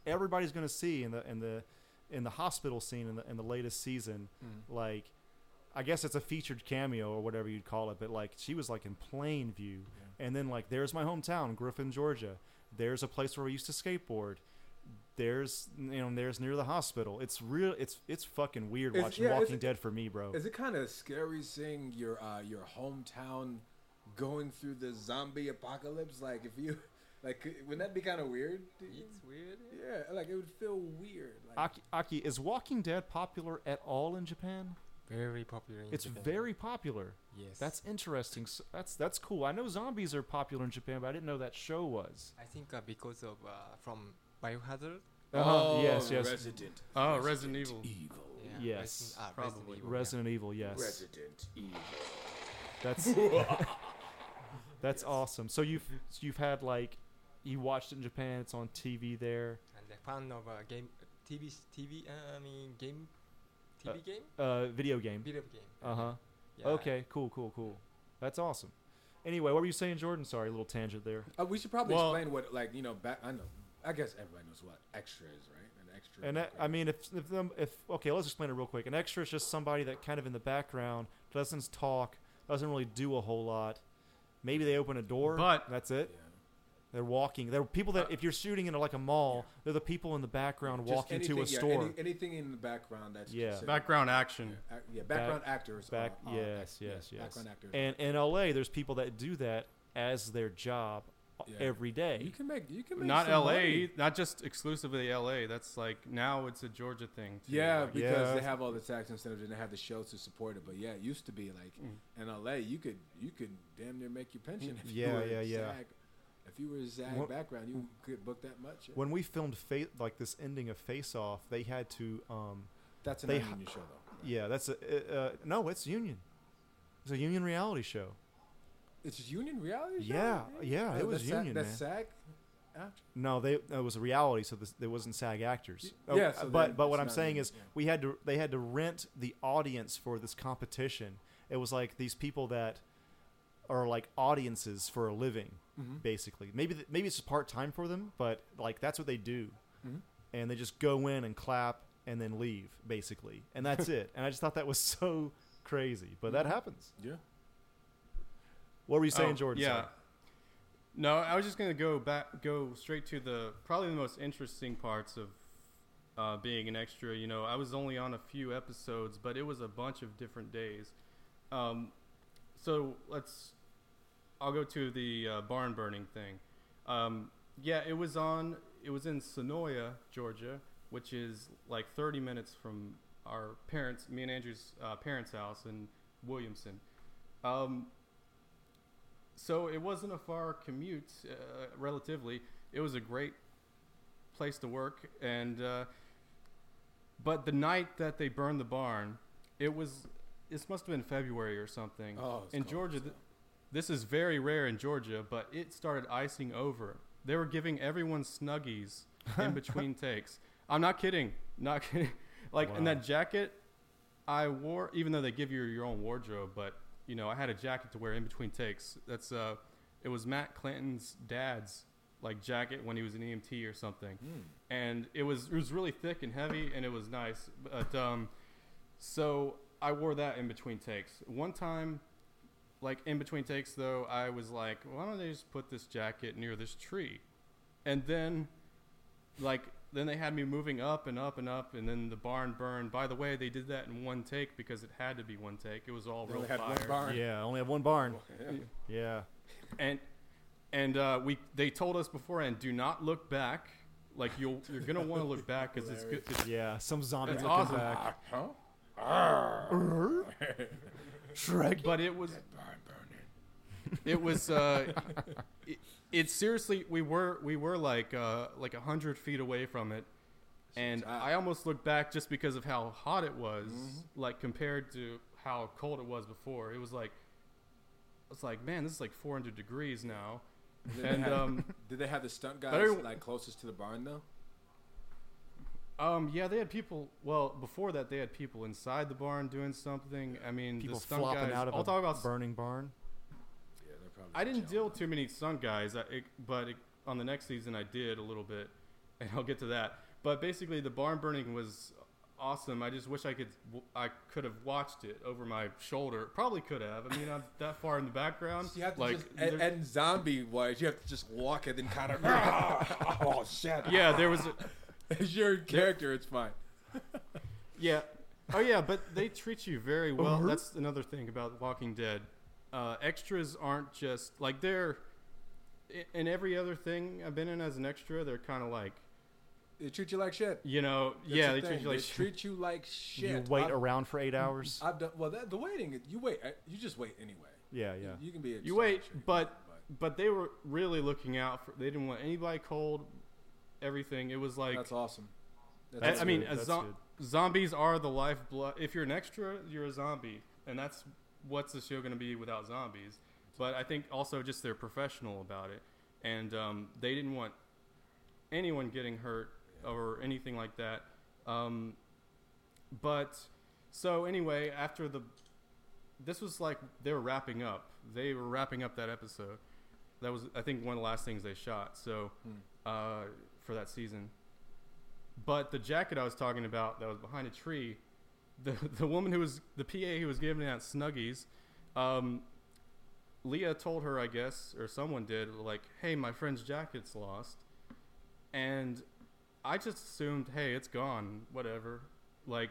Speaker 3: everybody's gonna see in the in the in the hospital scene in the in the latest season.
Speaker 2: Mm-hmm.
Speaker 3: Like, I guess it's a featured cameo or whatever you'd call it, but like she was like in plain view, and then like there's my hometown, Griffin, Georgia. There's a place where we used to skateboard there's you know there's near the hospital it's real it's it's fucking weird
Speaker 2: It's-
Speaker 3: watching
Speaker 2: yeah, it's-
Speaker 3: walking dead for me bro
Speaker 2: Is it kind of scary seeing your uh, your hometown going through the zombie apocalypse? Like if you like, could- wouldn't that be kind of weird? to you?
Speaker 4: It's weird.
Speaker 2: Yeah, like it would feel weird. Like,
Speaker 3: aki, aki is walking dead popular at all in japan
Speaker 4: Very popular. In
Speaker 3: it's
Speaker 4: Japan.
Speaker 3: very popular
Speaker 4: Yes.
Speaker 3: that's interesting S- that's that's cool i know zombies are popular in japan but i didn't know that show was
Speaker 4: I think uh, because of uh, from Biohazard.
Speaker 2: Oh,
Speaker 3: Uh-huh, yes yes
Speaker 2: Resident.
Speaker 5: Oh, Resident Evil.
Speaker 1: Evil.
Speaker 4: Yeah,
Speaker 3: Yes.
Speaker 4: Resident, ah,
Speaker 5: Probably.
Speaker 4: Resident Evil.
Speaker 3: resident evil yes
Speaker 2: Resident Evil.
Speaker 3: that's that's awesome so you've so you've had like you watched it in japan it's on tv there
Speaker 4: Yeah. And a fan of uh, game TV TV. Uh, I mean game. TV game.
Speaker 3: uh video game
Speaker 4: Video game.
Speaker 3: uh-huh
Speaker 4: Yeah.
Speaker 3: Okay, cool, cool, cool. That's awesome. Anyway, what were you saying, Jordan? Sorry, little tangent there.
Speaker 2: Uh, we should probably
Speaker 5: Well-
Speaker 2: explain what like you know. Back, I know. I guess everybody knows what extra is, right? An extra.
Speaker 3: And that, I
Speaker 2: background.
Speaker 3: mean, if if, them, if okay, let's explain it real quick. An extra is just somebody that kind of in the background doesn't talk, doesn't really do a whole lot. Maybe they open a door,
Speaker 5: But-
Speaker 3: and that's it.
Speaker 2: Yeah.
Speaker 3: They're walking. They're people that if you're shooting in like a mall, they're the people in the background
Speaker 2: Uh, Just
Speaker 3: walking to a
Speaker 2: anything-
Speaker 3: store.
Speaker 2: Yeah, any- anything in the background that's
Speaker 3: Yeah.
Speaker 2: considered-
Speaker 5: Background action.
Speaker 2: Ac- yeah, background actors.
Speaker 3: back
Speaker 2: are- are
Speaker 3: yes,
Speaker 2: act- yeah,
Speaker 3: yes, yes.
Speaker 2: Background actors.
Speaker 3: And in LA, there's people that do that as their job uh,
Speaker 2: Yeah.
Speaker 3: every day.
Speaker 2: you can make you can make
Speaker 5: Not
Speaker 2: some
Speaker 5: LA,
Speaker 2: money.
Speaker 5: not just exclusively LA. That's like now it's a Georgia thing. Too.
Speaker 2: Yeah,
Speaker 5: Like,
Speaker 2: because
Speaker 3: Yeah.
Speaker 2: they have all the tax incentives and they have the shows to support it. But yeah, it used to be like
Speaker 3: Mm.
Speaker 2: in LA, you could you could damn near make your pension. If you
Speaker 3: Yeah,
Speaker 2: were
Speaker 3: yeah, yeah.
Speaker 2: Zag, if you were a Zag
Speaker 3: Wha-
Speaker 2: background, you could book that much.
Speaker 3: when we filmed fa- like this ending of Face Off, they had to um,
Speaker 2: That's an
Speaker 3: they
Speaker 2: union
Speaker 3: ha-
Speaker 2: show though.
Speaker 3: Yeah, that's a uh, uh, no. It's union. It's a union reality show.
Speaker 2: It's Union reality. show?
Speaker 3: Yeah, yeah,
Speaker 2: Uh,
Speaker 3: it was
Speaker 2: that's
Speaker 3: Union,
Speaker 2: Sa- that's
Speaker 3: man.
Speaker 2: SAG.
Speaker 3: No, they it was a reality, so this, there wasn't SAG actors. Oh,
Speaker 2: yeah, so
Speaker 3: but
Speaker 2: then
Speaker 3: but what
Speaker 2: it's
Speaker 3: I'm
Speaker 2: not
Speaker 3: saying
Speaker 2: union,
Speaker 3: is
Speaker 2: yeah.
Speaker 3: we had to they had to rent the audience for this competition. It was like these people that are like audiences for a living,
Speaker 2: Mm-hmm.
Speaker 3: basically. Maybe th- maybe it's part time for them, but like that's what they do,
Speaker 2: Mm-hmm.
Speaker 3: and they just go in and clap and then leave basically, and that's it. And I just thought that was so crazy, but
Speaker 2: Mm-hmm.
Speaker 3: that happens.
Speaker 2: Yeah.
Speaker 3: What were you saying,
Speaker 5: Oh,
Speaker 3: Jordan?
Speaker 5: Yeah.
Speaker 3: Sorry.
Speaker 5: No, I was just gonna go back, go straight to the probably the most interesting parts of uh, being an extra. You know, I was only on a few episodes, but it was a bunch of different days. Um, so let's. I'll go to the uh, barn burning thing. Um, yeah, it was on. It was in Sonoya, Georgia, which is like 30 minutes from our parents, me and Andrew's uh, parents' house in Williamson. Um, so it wasn't a far commute, uh, relatively. It was a great place to work, and uh, but the night that they burned the barn, it was this must have been February or something.
Speaker 2: Oh, it's
Speaker 5: in
Speaker 2: cold.
Speaker 5: Georgia, th- this is very rare in Georgia, but it started icing over. They were giving everyone snuggies in between takes. I'm not kidding, not kidding. Like in
Speaker 3: Wow.
Speaker 5: that jacket I wore, even though they give you your own wardrobe, but you know, I had a jacket to wear in between takes. That's uh, it was Matt Clinton's dad's like jacket when he was an EMT or something, and it was it was really thick and heavy, and it was nice. But um, so I wore that in between takes. One time, like in between takes though, I was like, why don't they just put this jacket near this tree, and then like then they had me moving up and up and up and then the barn burned by the way they did that in one take because it had to be one take it was all
Speaker 2: They
Speaker 5: real
Speaker 2: only had
Speaker 5: fire
Speaker 2: one barn.
Speaker 3: Yeah, I only have one barn.
Speaker 2: Yeah.
Speaker 3: Yeah.
Speaker 5: and and uh, we they told us beforehand do not look back like you'll you're gonna want to look back because it's good it's
Speaker 3: Yeah, some zombie
Speaker 5: That's
Speaker 3: looking
Speaker 5: awesome.
Speaker 3: back.
Speaker 2: Huh?
Speaker 3: Shrek.
Speaker 5: but it was
Speaker 2: Barn burning.
Speaker 5: it was uh it, it seriously we were we were like uh like a hundred feet away from it and
Speaker 2: hot.
Speaker 5: i almost looked back just because of how hot it was
Speaker 3: Mm-hmm.
Speaker 5: like compared to how cold it was before it was like it's like man this is like 400 degrees now
Speaker 2: Did
Speaker 5: and
Speaker 2: they have,
Speaker 5: um
Speaker 2: did they have the stunt guys
Speaker 5: everyone-
Speaker 2: like closest to the barn though?
Speaker 5: um yeah they had people well before that they had people inside the barn doing something i mean
Speaker 3: people
Speaker 5: the stunt
Speaker 3: flopping
Speaker 5: guys,
Speaker 3: out of
Speaker 5: i'll
Speaker 3: a
Speaker 5: talk about
Speaker 3: burning barn.
Speaker 2: Yeah, they're probably.
Speaker 5: I didn't deal
Speaker 2: chilling.
Speaker 5: with too many sun guys, I, it, but it, on the next season I did a little bit, and I'll get to that. But basically, the barn burning was awesome. I just wish I could I could have watched it over my shoulder. Probably could have. I mean, I'm that far in the background.
Speaker 2: You have to
Speaker 5: like,
Speaker 2: just and,
Speaker 5: there-
Speaker 2: and zombie wise, you have to just walk and then kind of. oh shit!
Speaker 5: yeah, there was. A,
Speaker 2: As your character, it's fine.
Speaker 5: yeah. Oh yeah, but they treat you very well. That's another thing about Walking Dead. Uh, extras aren't just like they're i- in every other thing I've been in as an extra. They're kind of like
Speaker 2: They treat you like shit.
Speaker 5: you know,
Speaker 2: That's
Speaker 5: yeah,
Speaker 2: the
Speaker 5: they treat
Speaker 2: thing.
Speaker 5: you like
Speaker 2: they
Speaker 5: shit.
Speaker 2: treat you like shit.
Speaker 3: You wait
Speaker 2: I've,
Speaker 3: around for eight hours.
Speaker 2: I've done well. That, the waiting, you wait. uh, You just wait anyway.
Speaker 3: yeah, yeah.
Speaker 2: You can be. a
Speaker 5: You wait,
Speaker 2: slouch or
Speaker 5: but
Speaker 2: anything,
Speaker 5: but they were really looking out for. They didn't want anybody cold. Everything. It was like
Speaker 2: that's awesome. That's
Speaker 5: I- I,
Speaker 2: awesome.
Speaker 5: mean,
Speaker 3: good,
Speaker 5: a
Speaker 3: that's
Speaker 5: zo- zombies are the lifeblood. If you're an extra, you're a zombie, and that's what's the show going to be without zombies. But I think also just they're professional about it, and um, they didn't want anyone getting hurt or anything like that. Um, but so anyway, after the this was like they were wrapping up. They were wrapping up that episode. That was I think one of the last things they shot. So
Speaker 3: Hmm.
Speaker 5: uh, for that season. But the jacket I was talking about that was behind a tree, the the woman who was the PA who was giving out snuggies, um, Leah told her I guess or someone did like, hey, my friend's jacket's lost, and I just assumed, hey, it's gone, whatever. Like,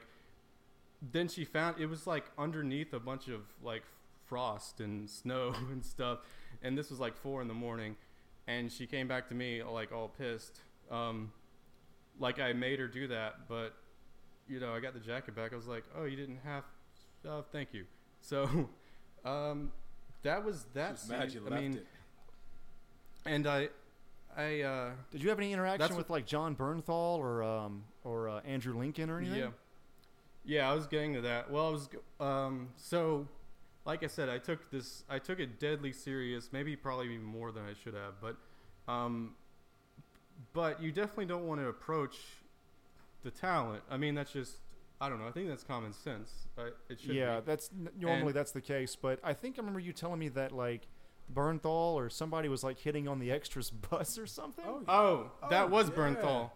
Speaker 5: then she found it was like underneath a bunch of like frost and snow and stuff, and this was like four in the morning, and she came back to me like all pissed. Um, like I made her do that, but you know, I got the jacket back. I was like, "Oh, you didn't have stuff. Thank you." So, um, that was
Speaker 2: She
Speaker 5: that.
Speaker 2: was mad
Speaker 5: scene.
Speaker 2: you
Speaker 5: I
Speaker 2: left
Speaker 5: mean,
Speaker 2: it.
Speaker 5: and I, I, uh,
Speaker 3: Did you have any
Speaker 5: That's
Speaker 3: interaction
Speaker 5: what-
Speaker 3: with like John Bernthal or um or uh, Andrew Lincoln or anything?
Speaker 5: yeah, yeah. I was getting to that. Well, I was, g- um, so like I said, I took this, I took it deadly serious, maybe probably even more than I should have, but, um, but you definitely don't want to approach the talent. I mean, that's just, I don't know. I think that's common sense. I, it should
Speaker 3: yeah,
Speaker 5: be.
Speaker 3: that's n- normally
Speaker 5: And-
Speaker 3: that's the case. But I think I remember you telling me that like Bernthal or somebody was like hitting on the extras bus or something.
Speaker 2: Oh,
Speaker 5: Oh, that
Speaker 2: Oh,
Speaker 5: was
Speaker 2: yeah.
Speaker 5: Bernthal.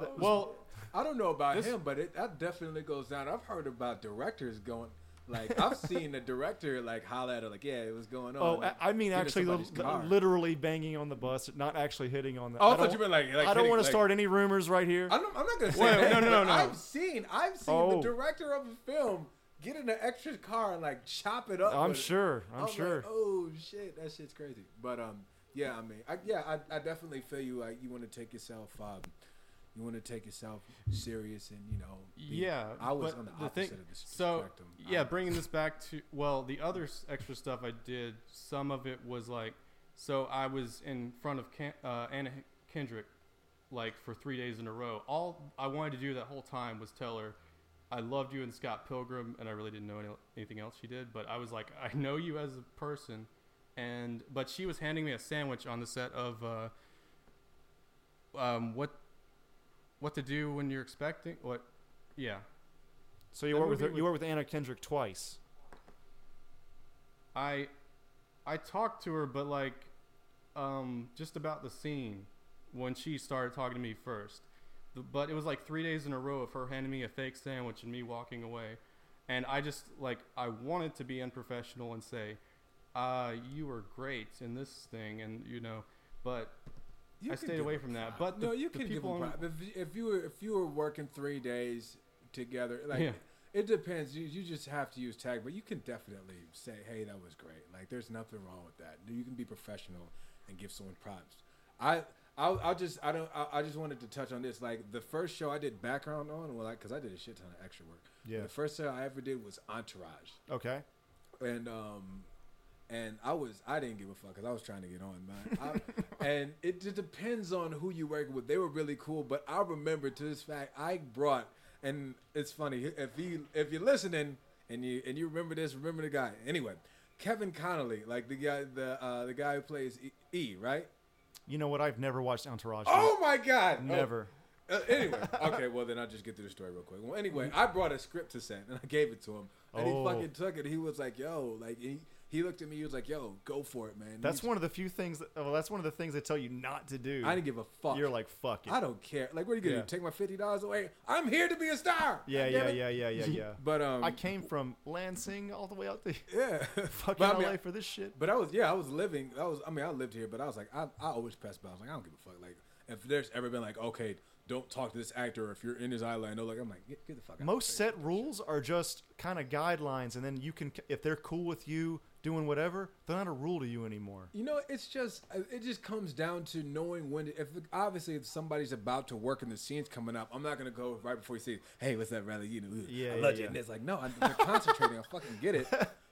Speaker 2: Oh,
Speaker 5: Well,
Speaker 2: I don't know about
Speaker 5: This-
Speaker 2: him, but it that definitely goes down. I've heard about directors going like I've seen a director like holler at her like, yeah, it was going on.
Speaker 3: Oh,
Speaker 2: Like,
Speaker 3: I, I mean,
Speaker 2: uh, hitting
Speaker 3: actually, the,
Speaker 2: somebody's
Speaker 3: the-
Speaker 2: car.
Speaker 3: literally banging on the bus, not actually hitting on the.
Speaker 2: Oh, I,
Speaker 3: I
Speaker 2: thought
Speaker 3: don't-
Speaker 2: you meant like, like
Speaker 3: I don't
Speaker 2: hitting-
Speaker 3: want to
Speaker 2: like-
Speaker 3: start any rumors right here.
Speaker 2: I'm not, I'm not gonna say
Speaker 5: Wait,
Speaker 2: that,
Speaker 5: no, no, no,
Speaker 2: but
Speaker 5: no.
Speaker 2: I've seen I've seen
Speaker 3: Oh.
Speaker 2: the director of a film get in an extra car and like chop it up.
Speaker 3: I'm
Speaker 2: with it.
Speaker 3: sure.
Speaker 2: I
Speaker 3: I'm
Speaker 2: was like,
Speaker 3: sure.
Speaker 2: oh shit, that shit's crazy. But um, yeah, I mean, I, yeah, I, I definitely feel you. Like you want to take yourself, um, you want to take yourself serious, and you know, be-
Speaker 5: yeah.
Speaker 2: I was
Speaker 5: but
Speaker 2: on the,
Speaker 5: the
Speaker 2: opposite
Speaker 5: thing,
Speaker 2: of the s-
Speaker 5: so
Speaker 2: spectrum.
Speaker 5: yeah
Speaker 2: I-
Speaker 5: bringing this back to well the other s- extra stuff i did some of it was like so i was in front of Ken, uh, anna H- kendrick like for three days in a row all i wanted to do that whole time was tell her i loved you in scott pilgrim and i really didn't know any, anything else she did but i was like i know you as a person and but she was handing me a sandwich on the set of uh, um, what what to do when you're expecting what yeah
Speaker 3: so you
Speaker 5: that
Speaker 3: worked with
Speaker 5: movie
Speaker 3: her, you
Speaker 5: was-
Speaker 3: worked with Anna Kendrick twice.
Speaker 5: I I talked to her, but like um, just about the scene when she started talking to me first. The- But it was like three days in a row of her handing me a fake sandwich and me walking away, and I just like I wanted to be unprofessional and say, uh, "You were great in this thing," and you know, but
Speaker 2: You
Speaker 5: I
Speaker 2: can
Speaker 5: stayed
Speaker 2: give
Speaker 5: away
Speaker 2: them
Speaker 5: from that,
Speaker 2: props.
Speaker 5: but the-
Speaker 2: no, you
Speaker 5: the
Speaker 2: can give
Speaker 5: people
Speaker 2: them
Speaker 5: on-
Speaker 2: props. If, if you were if you were working three days together, like
Speaker 5: Yeah.
Speaker 2: it depends. You you just have to use tag, but you can definitely say, hey, that was great. Like there's nothing wrong with that. You can be professional and give someone props. I. I'll, I'll just I don't I, I just wanted to touch on this like the first show I did background on well because I did a shit ton of extra work
Speaker 3: Yeah.
Speaker 2: the first show I ever did was Entourage
Speaker 3: Okay.
Speaker 2: and um and I was I didn't give a fuck because I was trying to get on, man. I, and it just depends on who you work with. They were really cool, but I remember to this fact I brought and it's funny if you if you're listening and you and you remember this, remember the guy. Anyway, Kevin Connolly, like the guy the uh, the guy who plays E, e right?
Speaker 3: You know what? I've never watched Entourage.
Speaker 2: Oh my God! Oh,
Speaker 3: never.
Speaker 2: uh, anyway, okay, well then I'll just get through the story real quick. Well, anyway, I brought a script to set and I gave it to him, and
Speaker 3: Oh.
Speaker 2: he fucking took it. He was like, "Yo," like he, he looked at me. He was like, "Yo, go for it, man."
Speaker 3: That's
Speaker 2: You-
Speaker 3: one of the few things. That, well, that's one of the things they tell you not to do.
Speaker 2: I didn't give a fuck.
Speaker 3: You're like fuck it.
Speaker 2: I don't care. Like, what are you gonna
Speaker 3: Yeah.
Speaker 2: do? Take my fifty dollars away? I'm here to be a star.
Speaker 3: yeah,
Speaker 2: God
Speaker 3: yeah,
Speaker 2: damn it.
Speaker 3: yeah, yeah, yeah, yeah.
Speaker 2: But um,
Speaker 3: I came from Lansing all the way out to
Speaker 2: yeah,
Speaker 3: fucking
Speaker 2: But I mean,
Speaker 3: LA for this shit.
Speaker 2: But I was yeah, I was living. I was I mean I lived here, but I was like I, I always pressed by. I was like I don't give a fuck. Like if there's ever been like okay, don't talk to this actor if you're in his eyeliner. Like I'm like get, get the fuck out. of
Speaker 3: Most
Speaker 2: here.
Speaker 3: set rules are just kind of guidelines, and then you can, if they're cool with you doing whatever, they're not a rule to you anymore.
Speaker 2: You know, it's just uh, it just comes down to knowing when. If obviously if somebody's about to work and the scene's coming up, I'm not gonna go right before you see. Hey, what's up, Riley? You know,
Speaker 3: Yeah,
Speaker 2: I
Speaker 3: yeah,
Speaker 2: love you.
Speaker 3: yeah.
Speaker 2: And it's like, no, I'm they're concentrating. I fucking get it.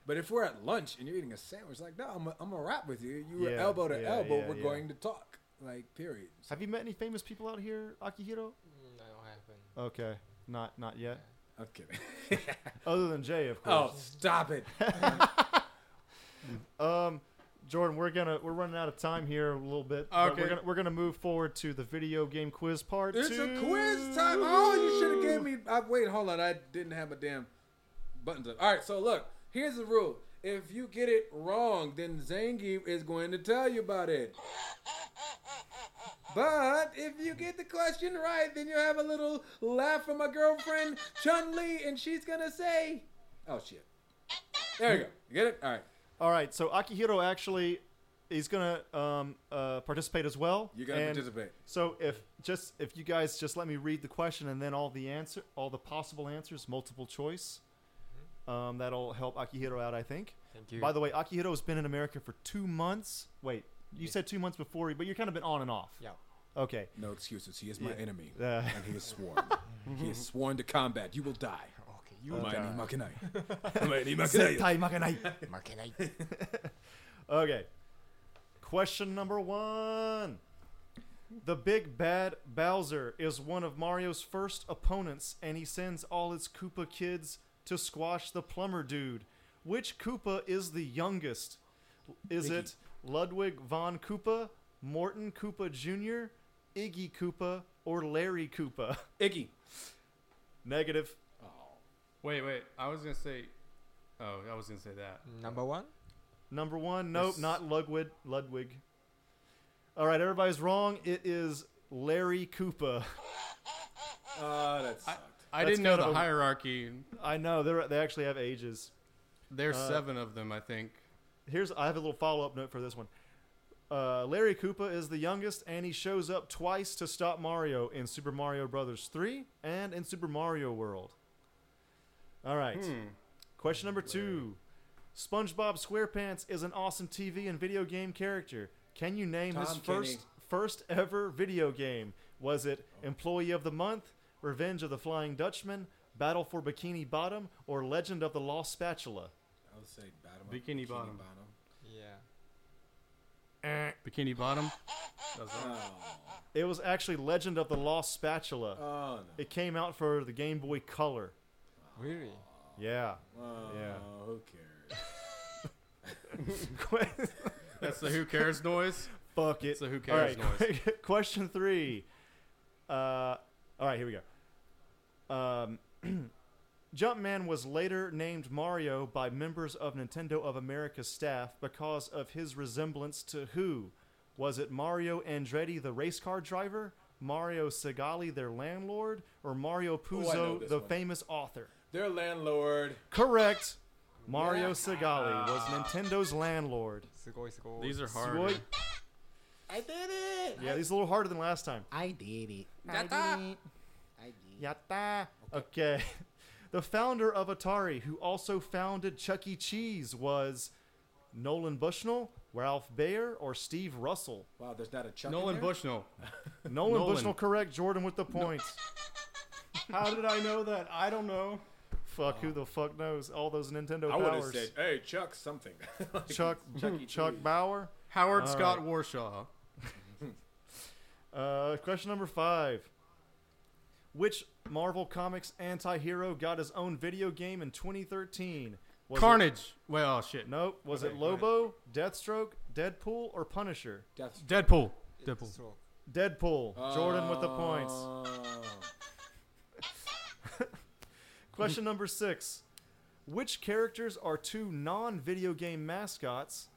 Speaker 2: But if we're at lunch and you're eating a sandwich, like, no, I'm a, I'm a rap with you. You were
Speaker 3: Yeah,
Speaker 2: elbow to
Speaker 3: yeah,
Speaker 2: elbow.
Speaker 3: yeah,
Speaker 2: we're
Speaker 3: yeah.
Speaker 2: going to talk. Like, period.
Speaker 3: Have you met any famous people out here, Akihiro?
Speaker 4: Mm, No, I haven't.
Speaker 3: Okay, not not yet.
Speaker 2: I'm kidding.
Speaker 3: Other than Jay, of
Speaker 2: oh,
Speaker 3: course.
Speaker 2: stop it.
Speaker 3: Um, Jordan, we're gonna we're running out of time here a little bit. but
Speaker 5: Okay.
Speaker 3: we're gonna we're gonna move forward to the video game quiz part.
Speaker 2: It's
Speaker 3: two.
Speaker 2: a quiz time. Oh, you should have gave me. I, wait, hold on. I didn't have my damn buttons up. All right, so look. Here's the rule. If you get it wrong, then Zangief is going to tell you about it. But if you get the question right, then you have a little laugh from my girlfriend Chun Li, and she's gonna say, "Oh shit." There you go. You get it? All right.
Speaker 3: All right, so Akihiro actually is gonna um, uh, participate as well.
Speaker 2: You're gonna
Speaker 3: And
Speaker 2: participate.
Speaker 3: So if just if you guys just let me read the question and then all the answer, all the possible answers, multiple choice,
Speaker 2: Mm-hmm.
Speaker 3: um, that'll help Akihiro out, I think.
Speaker 4: Thank you.
Speaker 3: By the way, Akihiro has been in America for two months. Wait, you
Speaker 4: Yeah.
Speaker 3: said two months before, but you're kind of been on and off.
Speaker 4: yeah.
Speaker 3: Okay.
Speaker 2: No excuses. He is my enemy,
Speaker 3: Uh,
Speaker 2: and he is sworn. he is sworn to combat. You will die.
Speaker 4: Okay.
Speaker 2: You
Speaker 4: You
Speaker 2: will
Speaker 3: Okay.
Speaker 2: die. Makinai. Makinai.
Speaker 3: Zettai makanai.
Speaker 4: makenai.
Speaker 3: Okay. Question number one. The big bad Bowser is one of Mario's first opponents, and he sends all his Koopa kids to squash the plumber dude. Which Koopa is the youngest? Is
Speaker 2: Iggy.
Speaker 3: it Ludwig von Koopa, Morton Koopa Jr., Iggy Koopa, or Larry Koopa?
Speaker 2: Iggy.
Speaker 3: Negative.
Speaker 2: Oh,
Speaker 5: Wait, wait. I was gonna say. Oh, I was gonna say that.
Speaker 4: Number one?
Speaker 3: Number one, nope,
Speaker 5: Yes.
Speaker 3: not Ludwig. Ludwig. All right, everybody's wrong. It is Larry Koopa.
Speaker 2: oh that sucked.
Speaker 5: I
Speaker 3: That's
Speaker 5: didn't know
Speaker 3: kind
Speaker 5: the
Speaker 3: of a-
Speaker 5: hierarchy.
Speaker 3: I know they are they actually have ages.
Speaker 5: There's
Speaker 3: Uh,
Speaker 5: seven of them, I think.
Speaker 3: Here's I have a little follow up note for this one. Uh, Larry Koopa is the youngest, and he shows up twice to stop Mario in Super Mario Brothers 3 and in Super Mario World. All right.
Speaker 5: Hmm.
Speaker 3: Question number two SpongeBob SquarePants is an awesome TV and video game character. Can you name his
Speaker 2: Tom
Speaker 3: first
Speaker 2: Kenny.
Speaker 3: first ever video game? Was it Employee of the Month, Revenge of the Flying Dutchman, Battle for Bikini Bottom, or Legend of the Lost Spatula?
Speaker 2: I would say bottom.
Speaker 5: Bikini
Speaker 2: up,
Speaker 5: bottom.
Speaker 4: Yeah.
Speaker 3: eh.
Speaker 5: Bikini Bottom.
Speaker 2: Uh,
Speaker 3: It was actually Legend of the Lost Spatula.
Speaker 2: Oh, oh no.
Speaker 3: It came out for the Game Boy Color.
Speaker 4: Really?
Speaker 3: Yeah.
Speaker 2: Oh,
Speaker 3: Yeah.
Speaker 2: Who cares?
Speaker 5: That's the who cares noise.
Speaker 3: Fuck it.
Speaker 5: It's the who cares
Speaker 3: all right,
Speaker 5: noise.
Speaker 3: quick- question three. Uh, all right, here we go. Um, Jumpman was later named Mario by members of Nintendo of America's staff because of his resemblance to who? Was it Mario Andretti, the race car driver, Mario Segali, their landlord, or Mario
Speaker 2: Oh, know
Speaker 3: Puzo,
Speaker 2: this
Speaker 3: the
Speaker 2: one.
Speaker 3: famous author?
Speaker 2: Their landlord.
Speaker 3: Correct. Mario
Speaker 2: Yeah.
Speaker 3: Segali was Nintendo's landlord.
Speaker 4: Sugoi, sugoi.
Speaker 5: These are hard.
Speaker 3: Sugoi.
Speaker 6: I did it.
Speaker 3: Yeah, these are a little harder than last time.
Speaker 6: I did it. I did it. I did it.
Speaker 3: Yatta. Okay. The founder of Atari, who also founded Chuck E. Cheese, was Nolan Bushnell, Ralph Baer, or Steve Russell.
Speaker 2: Wow, there's not a Chuck.
Speaker 5: Nolan
Speaker 2: in there?
Speaker 5: Bushnell.
Speaker 3: Nolan,
Speaker 5: Nolan.
Speaker 3: Bushnell, correct. Jordan with the points.
Speaker 5: How did I know that? I don't know.
Speaker 3: Fuck, who the fuck knows? All those Nintendo
Speaker 2: I would have
Speaker 3: powers.
Speaker 2: said, hey, Chuck something. Like,
Speaker 3: Chuck,
Speaker 2: Chuck E.
Speaker 3: Chuck
Speaker 2: Cheese.
Speaker 3: Bauer.
Speaker 5: Howard
Speaker 3: All
Speaker 5: Scott
Speaker 3: right.
Speaker 5: Warshaw.
Speaker 3: Uh, question number five. Which Marvel Comics anti-hero got his own video game in 2013? Was it-
Speaker 5: Carnage. Well, oh, shit. No.
Speaker 3: nope. Was
Speaker 5: Okay,
Speaker 3: it
Speaker 5: go ahead.
Speaker 3: Lobo, Deathstroke, Deadpool, or Punisher?
Speaker 2: Death.
Speaker 5: Deadpool.
Speaker 4: It's
Speaker 5: Deadpool.
Speaker 4: stroke.
Speaker 3: Deadpool. Jordan with the points.
Speaker 2: Oh.
Speaker 3: Question number six. Which characters are two non-video game mascots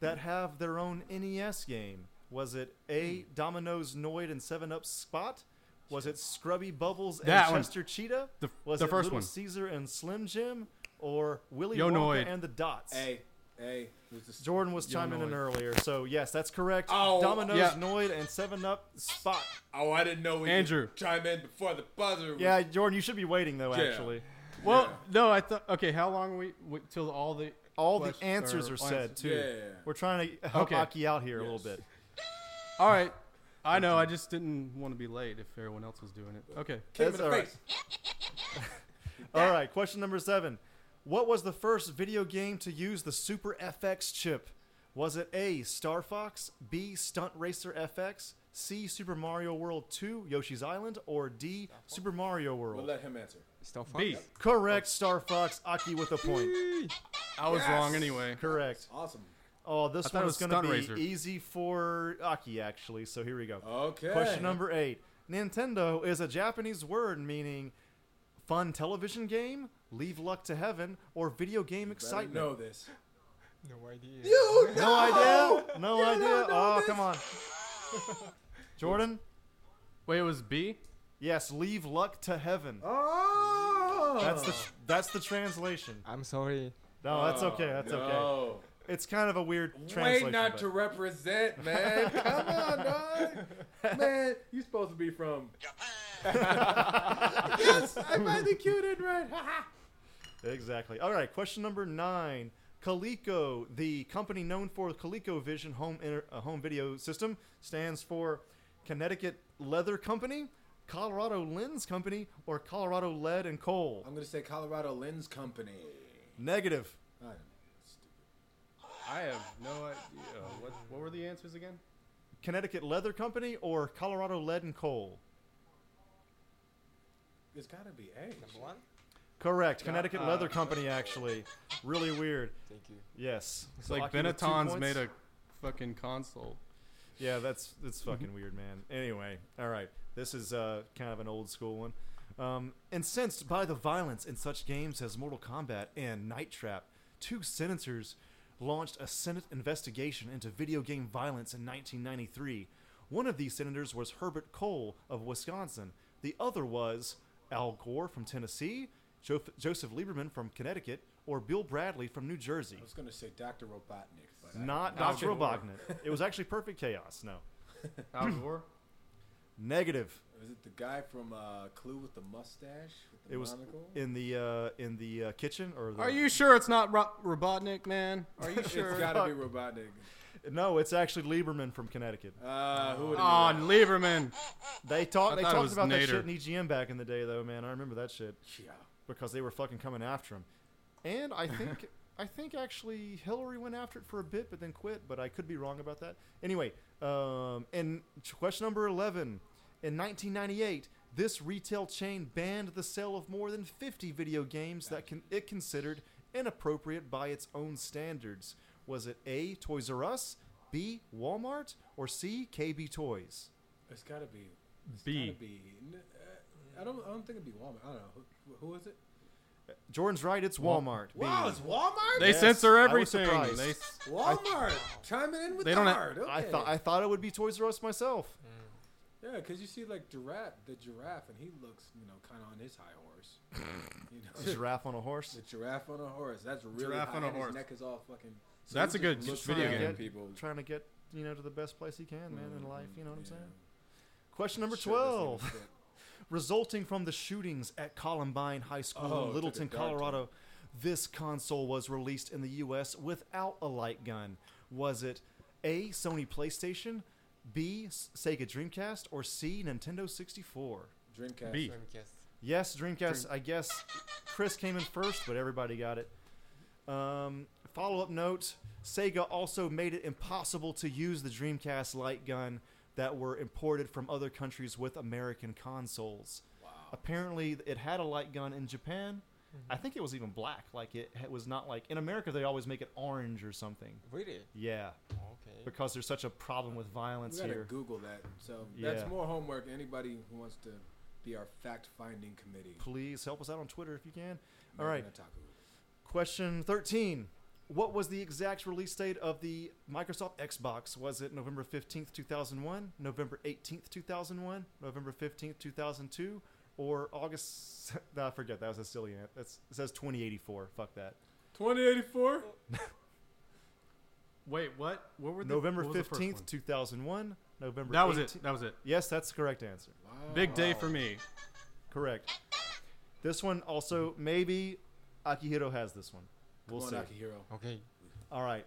Speaker 3: that have their own NES game? Was it A. Domino's Noid and Seven Up Spot? Was it Scrubby Bubbles
Speaker 5: That
Speaker 3: and
Speaker 5: one.
Speaker 3: Chester Cheetah?
Speaker 5: The-
Speaker 3: Was
Speaker 5: the
Speaker 3: it
Speaker 5: first
Speaker 3: Little
Speaker 5: one.
Speaker 3: Caesar and Slim Jim? Or Willy
Speaker 5: Yo,
Speaker 3: Wonka
Speaker 5: Noid.
Speaker 3: and the Dots?
Speaker 2: Hey, hey. Who's this?
Speaker 3: Jordan was
Speaker 5: Yo,
Speaker 3: chiming in
Speaker 5: Noid.
Speaker 3: earlier, so yes, that's correct.
Speaker 2: Oh,
Speaker 3: Domino's
Speaker 5: yeah.
Speaker 3: Noid and Seven Up Spot.
Speaker 2: Oh, I didn't know we
Speaker 5: Andrew.
Speaker 2: could chime in before the buzzer. was-
Speaker 3: Yeah, Jordan, you should be waiting though.
Speaker 2: Yeah.
Speaker 3: Actually,
Speaker 5: Well, no, I thought. Okay, how long we, we till all the
Speaker 3: all
Speaker 5: quest-
Speaker 3: the answers
Speaker 5: or
Speaker 3: are said
Speaker 5: ans-
Speaker 3: too.
Speaker 2: Yeah.
Speaker 3: We're trying to help
Speaker 5: Okay.
Speaker 3: Aki out here a little
Speaker 2: Yes.
Speaker 3: bit.
Speaker 5: All right. I know. I just didn't want to be late if everyone else was doing it. Okay.
Speaker 2: Kick him
Speaker 3: That's
Speaker 2: in the
Speaker 3: all right.
Speaker 2: face.
Speaker 3: All right, question number seven. What was the first video game to use the Super FX chip? Was it A. Star Fox, B. Stunt Racer FX, C. Super Mario World 2, Yoshi's Island, or D. Super Mario
Speaker 2: We'll
Speaker 3: World?
Speaker 2: let him answer.
Speaker 4: Stop
Speaker 5: B.
Speaker 3: Correct, Star Fox. Aki with a point.
Speaker 5: I was
Speaker 2: Yes.
Speaker 5: wrong anyway.
Speaker 3: Correct.
Speaker 2: Awesome.
Speaker 3: Oh, this
Speaker 5: I thought
Speaker 3: one
Speaker 5: it
Speaker 3: is
Speaker 5: was
Speaker 3: going to
Speaker 5: Stunt
Speaker 3: be
Speaker 5: Racer.
Speaker 3: easy for Aki, actually. So here we go.
Speaker 2: Okay.
Speaker 3: Question number eight. Nintendo is a Japanese word meaning fun television game, leave luck to heaven, or video game
Speaker 2: I
Speaker 3: excitement.
Speaker 2: know this.
Speaker 4: No idea.
Speaker 3: No idea. No idea. Oh, come on. Jordan?
Speaker 5: Wait, it was B?
Speaker 3: Yes, leave luck to heaven.
Speaker 2: Oh.
Speaker 3: That's the that's the translation.
Speaker 4: I'm sorry.
Speaker 3: No, that's okay. That's okay.
Speaker 2: Oh, no.
Speaker 3: It's kind of a weird translation.
Speaker 2: Way not
Speaker 3: but-
Speaker 2: to represent, man. Come on, dog. Man, you supposed to be from yes, I finally cued in right.
Speaker 3: Exactly. All right, question number nine. Coleco, the company known for ColecoVision home inter- uh, home video system, stands for Connecticut Leather Company, Colorado Lens Company, or Colorado Lead and Coal.
Speaker 2: I'm gonna say Colorado Lens Company.
Speaker 3: Negative.
Speaker 2: I don't know.
Speaker 5: I have no idea. What, what were the answers again?
Speaker 3: Connecticut Leather Company or Colorado Lead and Coal.
Speaker 2: It's gotta be A.
Speaker 4: Number one?
Speaker 3: Correct. Connecticut
Speaker 5: Uh,
Speaker 3: Leather Company, actually. Really weird.
Speaker 4: Thank you.
Speaker 3: Yes.
Speaker 5: It's
Speaker 3: So
Speaker 5: like
Speaker 3: Aki with two
Speaker 5: Benetton's
Speaker 3: points.
Speaker 5: made a fucking console.
Speaker 3: Yeah, that's that's fucking weird, man. Anyway, all right. This is uh, kind of an old school one. Um, incensed by the violence in such games as Mortal Kombat and Night Trap, two senators launched a Senate investigation into video game violence in 1993. One of these senators was Herbert Cole of Wisconsin. The other was Al Gore from Tennessee, jo- Joseph Lieberman from Connecticut, or Bill Bradley from New Jersey.
Speaker 2: I was gonna say Doctor Robotnik, but I-
Speaker 3: Not
Speaker 5: Al
Speaker 3: Dr.
Speaker 5: Gore.
Speaker 3: Robotnik. It was actually perfect chaos. No.
Speaker 5: Al Gore?
Speaker 3: Negative.
Speaker 2: was it the guy from uh, Clue with the mustache? With the
Speaker 3: It was
Speaker 2: monocle?
Speaker 3: in the uh, in the uh, kitchen or the,
Speaker 5: Are you sure it's not Ro- Robotnik, man? Are you
Speaker 2: It's
Speaker 5: sure?
Speaker 2: gotta be Robotnik.
Speaker 3: No, it's actually Lieberman from Connecticut.
Speaker 2: Uh, who would
Speaker 5: Oh,
Speaker 2: it
Speaker 5: Lieberman.
Speaker 3: They talked
Speaker 5: I
Speaker 3: they
Speaker 5: thought it
Speaker 3: talked
Speaker 5: was
Speaker 3: about that
Speaker 5: Nader.
Speaker 3: shit in EGM back in the day though, man. I remember that shit
Speaker 2: be? Yeah.
Speaker 3: because they were fucking coming after him. And I think I think actually Hillary went after it for a bit but then quit, but I could be wrong about that. Anyway, um, and question number 11. In 1998, this retail chain banned the sale of more than 50 video games that can, it considered inappropriate by its own standards. Was it A, Toys R Us, B, Walmart, or C, KB Toys?
Speaker 2: It's gotta be. It's
Speaker 5: B.
Speaker 2: Gotta be. n- uh, I don't. I don't think it'd be Walmart. I don't know. Who, who is it?
Speaker 3: Jordan's right, it's Walmart. B.
Speaker 2: Wow, it's Walmart.
Speaker 5: They
Speaker 3: Yes,
Speaker 5: censor
Speaker 3: I was
Speaker 5: everything.
Speaker 3: surprised.
Speaker 5: They, s-
Speaker 2: Walmart chiming in with
Speaker 5: They
Speaker 2: the
Speaker 5: don't have-
Speaker 2: hard.
Speaker 3: I
Speaker 2: okay.
Speaker 3: thought I thought it would be Toys R Us myself.
Speaker 2: Yeah, because you see like giraffe, the giraffe, and he looks, you know, kind of on his high horse. you know,
Speaker 3: Giraffe on a horse.
Speaker 2: the giraffe on a horse. That's really
Speaker 5: Giraffe
Speaker 2: high,
Speaker 5: on a
Speaker 2: and
Speaker 5: horse.
Speaker 2: His neck is all fucking. So
Speaker 5: That's
Speaker 2: he
Speaker 5: a good
Speaker 2: just looks
Speaker 5: video
Speaker 2: down
Speaker 5: game.
Speaker 2: at People.
Speaker 3: trying to get you know to the best place he can, man, in life. You know what I'm
Speaker 2: Yeah.
Speaker 3: saying? Question number
Speaker 2: Shit, that's even
Speaker 3: 12.
Speaker 2: fit.
Speaker 3: Resulting from the shootings at Columbine High
Speaker 2: Oh, it
Speaker 3: School
Speaker 2: took
Speaker 3: in
Speaker 2: a
Speaker 3: Littleton,
Speaker 2: dark turn.
Speaker 3: Colorado, this console was released in the U.S. without a light gun. Was it A, Sony PlayStation, B, S- Sega Dreamcast, or C, Nintendo 64?
Speaker 2: Dreamcast.
Speaker 5: B.
Speaker 4: Dreamcast.
Speaker 3: Yes, Dreamcast. I guess Chris came in first, but everybody got it. Um, Follow up note Sega also made it impossible to use the Dreamcast light gun that were imported from other countries with American consoles. Wow. Apparently, it had a light gun in Japan. I think it was even black. Like, it, it was not like. In America, they always make it orange or something.
Speaker 4: Really?
Speaker 3: Yeah,
Speaker 4: Okay.
Speaker 3: because there's such a problem with violence
Speaker 2: We gotta
Speaker 3: here.
Speaker 2: Google that. So that's
Speaker 3: Yeah.
Speaker 2: more homework. Anybody who wants to be our fact-finding committee.
Speaker 3: Please help us out on Twitter if you can. All right.
Speaker 2: American Otaku.
Speaker 3: Question 13. What was the exact release date of the Microsoft Xbox? Was it November 15th, 2001, November 18th, 2001, November 15th, 2002, or August? Nah, forget that was a silly ant. That's, it says 2084. Fuck that.
Speaker 2: 2084.
Speaker 5: wait, what? What were the
Speaker 3: November
Speaker 5: what was the first
Speaker 3: 15th,
Speaker 5: one?
Speaker 3: 2001, November Oh.
Speaker 5: That was
Speaker 3: 18th
Speaker 5: it. That was it.
Speaker 3: Yes, that's the correct answer.
Speaker 5: Big day for me.
Speaker 3: Correct. This one also, maybe Akihiro has this one. We'll
Speaker 2: Come
Speaker 3: see.
Speaker 2: on, Akihiro.
Speaker 4: Okay.
Speaker 3: All right.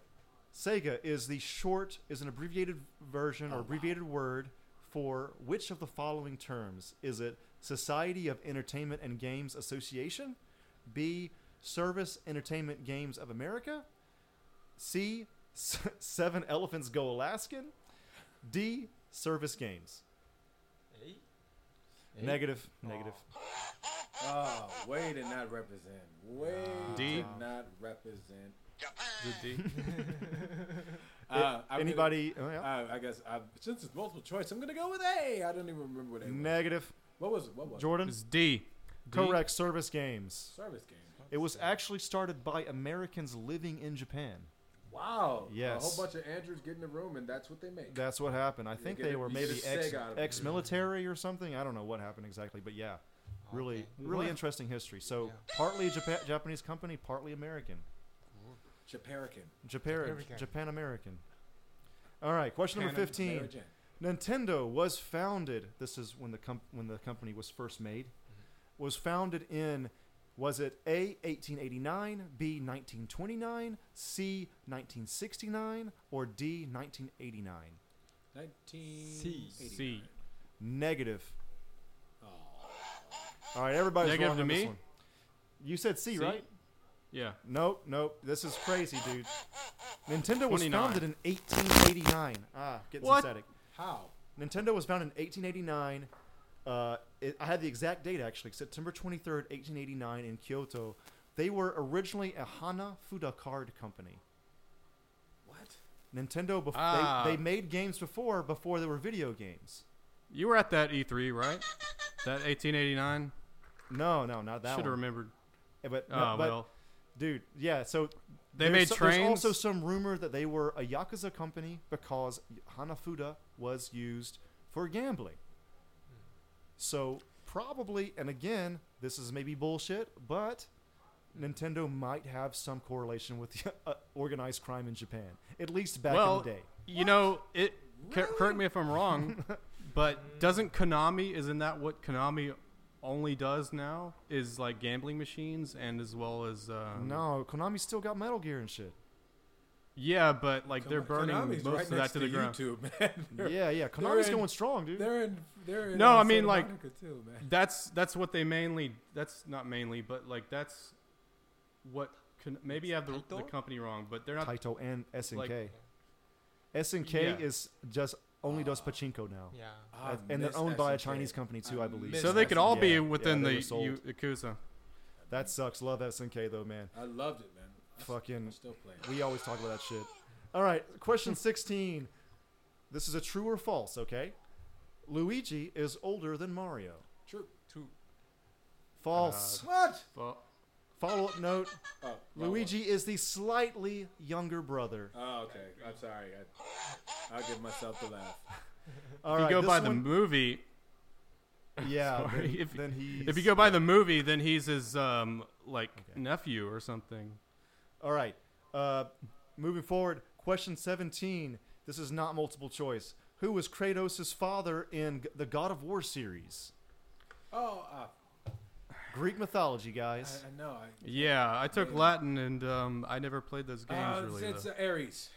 Speaker 3: Sega is the short is an abbreviated
Speaker 2: Oh,
Speaker 3: version or abbreviated word for which of the following terms? Is it Society of Entertainment and Games Association? B. Service Entertainment Games of America? C. S- Seven Elephants Go Alaskan? D. Service Games.
Speaker 4: A?
Speaker 2: Eh?
Speaker 3: Negative. Negative.
Speaker 2: Oh, Way to not represent. Way
Speaker 3: Ah.
Speaker 5: D.
Speaker 2: to not represent.
Speaker 5: The D.
Speaker 2: Uh, I'm
Speaker 3: Anybody? oh, yeah.
Speaker 2: Gonna, uh, I guess uh, since it's multiple choice, I'm gonna go with A. I don't even remember what A. was.
Speaker 3: Negative.
Speaker 2: What was it? What was it?
Speaker 3: Jordan?
Speaker 5: It's D. D.
Speaker 3: Correct. Service Games.
Speaker 2: Service game.
Speaker 3: It was actually started by Americans living in Japan.
Speaker 2: Wow.
Speaker 3: Yes.
Speaker 2: A whole bunch of Andrews get in the room, and that's what they make.
Speaker 3: That's what happened. I think
Speaker 2: get
Speaker 3: they
Speaker 2: it-
Speaker 3: were
Speaker 2: you
Speaker 3: maybe
Speaker 2: just
Speaker 3: ex,
Speaker 2: seg out of it.
Speaker 3: ex-military or something. I don't know what happened exactly, but yeah,
Speaker 2: Oh,
Speaker 3: really,
Speaker 4: Okay.
Speaker 3: really
Speaker 5: What?
Speaker 3: interesting history. So
Speaker 4: Yeah.
Speaker 3: partly Japa- Japanese company, partly American,
Speaker 2: Japarican.
Speaker 3: Japan,
Speaker 4: American.
Speaker 3: Japan American. All right, question number
Speaker 5: Japan-
Speaker 3: fifteen.
Speaker 2: American.
Speaker 3: Nintendo was founded. This is when the com- when the company was first made.
Speaker 2: Mm-hmm.
Speaker 3: Was founded in was it A 1889, B 1929, C 1969, or D 1989?
Speaker 2: 19.
Speaker 5: C.
Speaker 3: Negative.
Speaker 2: Oh.
Speaker 3: All right, everybody's
Speaker 5: Negative
Speaker 3: wrong
Speaker 5: to
Speaker 3: on this
Speaker 5: me?
Speaker 3: one. You said C,
Speaker 5: C?
Speaker 3: right?
Speaker 5: Yeah.
Speaker 3: Nope, nope. This is crazy, dude. Nintendo was
Speaker 5: 29.
Speaker 3: founded in 1889. Ah, getting
Speaker 5: What?
Speaker 3: synthetic.
Speaker 2: How?
Speaker 3: Nintendo was founded in 1889. Uh, it, I had the exact date actually, September 23rd, 1889, in Kyoto. They were originally a Hana Fuda card company.
Speaker 2: What?
Speaker 3: Nintendo, bef-
Speaker 5: Ah.
Speaker 3: they, they made games before before there were video games.
Speaker 5: You were at that E3, right? That 1889.
Speaker 3: No, no, not that
Speaker 5: Should have
Speaker 3: one.
Speaker 5: remembered.
Speaker 3: Eh, But,
Speaker 5: Ah,
Speaker 3: but-
Speaker 5: well.
Speaker 3: dude, yeah. So
Speaker 5: They
Speaker 3: there's
Speaker 5: made
Speaker 3: so- There's
Speaker 5: trains?
Speaker 3: also some rumor that they were a yakuza company because Hanafuda was used for gambling. So probably, and again, this is maybe bullshit, but Nintendo might have some correlation with uh, organized crime in Japan, at least back
Speaker 5: well,
Speaker 3: in the day.
Speaker 5: you know it. cor- Correct me if I'm wrong, but doesn't Konami? Isn't that what Konami only does now? Is like gambling machines and as well as um,
Speaker 3: No, Konami still got Metal Gear and shit.
Speaker 5: Yeah, but like they're burning
Speaker 2: Konami's
Speaker 5: most
Speaker 2: right
Speaker 5: of that
Speaker 2: next
Speaker 5: to the ground.
Speaker 2: YouTube, man. They're,
Speaker 3: Yeah, yeah, Konami's
Speaker 2: in-
Speaker 3: going strong, dude.
Speaker 2: they're in. They're in.
Speaker 5: No,
Speaker 2: uh,
Speaker 5: I mean,
Speaker 2: Santa
Speaker 5: like-
Speaker 2: Monica too, man.
Speaker 5: That's that's what they mainly. That's not mainly, but like that's what. Can, maybe I have the, the
Speaker 4: Taito?
Speaker 5: company wrong, but they're not.
Speaker 3: Taito and SNK.
Speaker 5: like-
Speaker 3: SNK
Speaker 5: Yeah. Ah.
Speaker 3: is just only does pachinko now,
Speaker 4: Yeah.
Speaker 2: I
Speaker 3: Uh, and
Speaker 2: miss
Speaker 3: they're owned by a
Speaker 2: SNK.
Speaker 3: Chinese company too,
Speaker 2: I
Speaker 3: I, believe.
Speaker 2: miss
Speaker 5: So they could all
Speaker 3: Yeah,
Speaker 5: be
Speaker 3: yeah,
Speaker 5: within
Speaker 3: they were
Speaker 5: the
Speaker 3: sold.
Speaker 5: U- Yakuza.
Speaker 3: That sucks. Love SNK though, man.
Speaker 2: I loved it, man. I s-
Speaker 3: Fucking
Speaker 2: I still play it.
Speaker 3: We always talk about that shit. All right, question 16. This is a true or false, okay? Luigi is older than Mario.
Speaker 2: True.
Speaker 4: True.
Speaker 3: False.
Speaker 2: What?
Speaker 5: Well,
Speaker 3: Follow up note
Speaker 2: Oh, wrong one.
Speaker 3: Luigi is the slightly younger brother.
Speaker 2: Oh, okay. I'm sorry. I, I'll give myself the laugh.
Speaker 3: All
Speaker 5: if
Speaker 3: right,
Speaker 5: you go
Speaker 3: this
Speaker 5: by the
Speaker 3: one,
Speaker 5: movie,
Speaker 3: yeah,
Speaker 5: Sorry,
Speaker 3: then,
Speaker 5: if-
Speaker 3: then he's.
Speaker 5: if you go by the movie, then he's his um like nephew or something.
Speaker 3: All right. Uh, moving forward, question 17. This is not multiple choice. Who was Kratos' father in G- the God of War series?
Speaker 2: Oh, uh,
Speaker 3: Greek mythology,
Speaker 2: I,
Speaker 3: guys.
Speaker 2: I know. I,
Speaker 5: Yeah, I took
Speaker 2: Yeah.
Speaker 5: Latin and um I never played those games
Speaker 2: Uh,
Speaker 5: really.
Speaker 2: it's
Speaker 5: though.
Speaker 2: uh, Aries.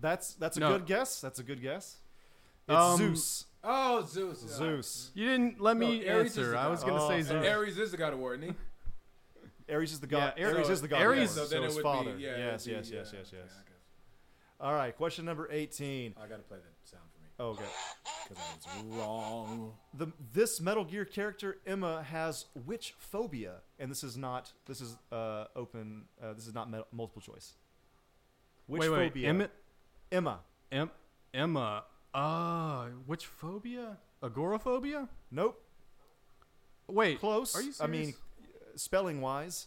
Speaker 3: That's that's a
Speaker 5: No.
Speaker 3: good guess. That's a good guess. It's
Speaker 5: Um,
Speaker 3: Zeus.
Speaker 2: Oh, Zeus. Uh,
Speaker 3: Zeus.
Speaker 5: you didn't let
Speaker 2: No,
Speaker 5: me
Speaker 2: Ares is
Speaker 5: answer.
Speaker 2: the
Speaker 5: I
Speaker 2: god.
Speaker 5: was gonna
Speaker 3: Oh,
Speaker 5: say
Speaker 3: okay.
Speaker 5: Zeus.
Speaker 2: Aries is the god of war, isn't he?
Speaker 3: Ares is the god.
Speaker 5: Yeah,
Speaker 3: Ares
Speaker 2: So-
Speaker 3: is the god. of
Speaker 5: Aries-
Speaker 2: So
Speaker 3: war,
Speaker 2: then it
Speaker 3: his
Speaker 2: would
Speaker 3: father.
Speaker 2: be. Yeah, it
Speaker 3: yes,
Speaker 2: would be,
Speaker 3: yes, yes,
Speaker 2: yeah,
Speaker 3: yes, yes.
Speaker 2: okay, I guess.
Speaker 3: All right, question number eighteen.
Speaker 2: I gotta play that sound for me
Speaker 3: Oh, okay.
Speaker 2: because I was wrong.
Speaker 3: The this Metal Gear character Emma has which phobia? And this is not. This is uh open. Uh, this is not mul- multiple choice. Which
Speaker 5: wait, wait,
Speaker 3: phobia?
Speaker 5: Emmett,
Speaker 3: Emma.
Speaker 5: em, Emma. Uh, which phobia? Agoraphobia?
Speaker 3: Nope.
Speaker 5: Wait,
Speaker 3: Close.
Speaker 5: Are you serious?
Speaker 3: I mean, uh, spelling wise,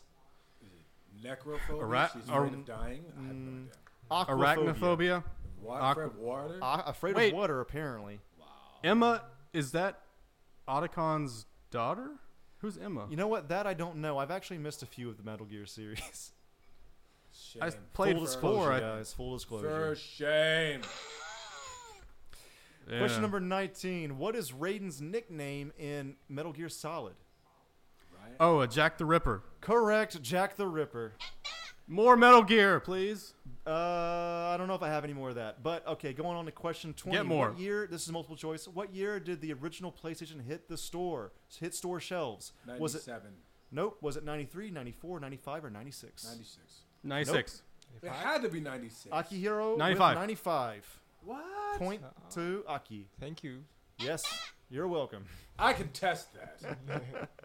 Speaker 2: Necrophobia.
Speaker 5: Ara-
Speaker 2: She's
Speaker 5: ar-
Speaker 3: um,
Speaker 2: afraid of dying. I have
Speaker 3: mm,
Speaker 2: no idea.
Speaker 3: aquaphobia.
Speaker 5: arachnophobia.
Speaker 2: Water,
Speaker 5: Aqua-
Speaker 2: afraid of water.
Speaker 3: A- afraid
Speaker 5: Wait.
Speaker 3: of water, apparently.
Speaker 5: Emma is that Otacon's daughter? Who's Emma?
Speaker 3: You know what? That I don't know. I've actually missed a few of the Metal Gear series.
Speaker 2: Shame.
Speaker 5: I played
Speaker 3: full
Speaker 5: four.
Speaker 3: disclosure,
Speaker 5: I-
Speaker 3: guys. Full disclosure.
Speaker 2: For shame.
Speaker 5: Yeah.
Speaker 3: Question number 19. What is Raiden's nickname in Metal Gear Solid?
Speaker 2: Right?
Speaker 5: Oh, a Jack the Ripper.
Speaker 3: Correct, Jack the Ripper.
Speaker 5: More Metal Gear, please.
Speaker 3: Uh, I don't know if I have any more of that. But okay, going on to question 20.
Speaker 5: Get more.
Speaker 3: What year, this is multiple choice. What year did the original PlayStation hit the store, hit store shelves? Uh, Was it
Speaker 2: 97,
Speaker 3: Nope, was it 93, 94, 95 or 96?
Speaker 2: 96.
Speaker 5: Ninety-six.
Speaker 2: It had to be 96.
Speaker 3: Akihiro with
Speaker 5: 95.
Speaker 3: 95.
Speaker 2: what?
Speaker 3: Point to Aki.
Speaker 4: Thank you.
Speaker 3: Yes, you're welcome.
Speaker 2: I can test that.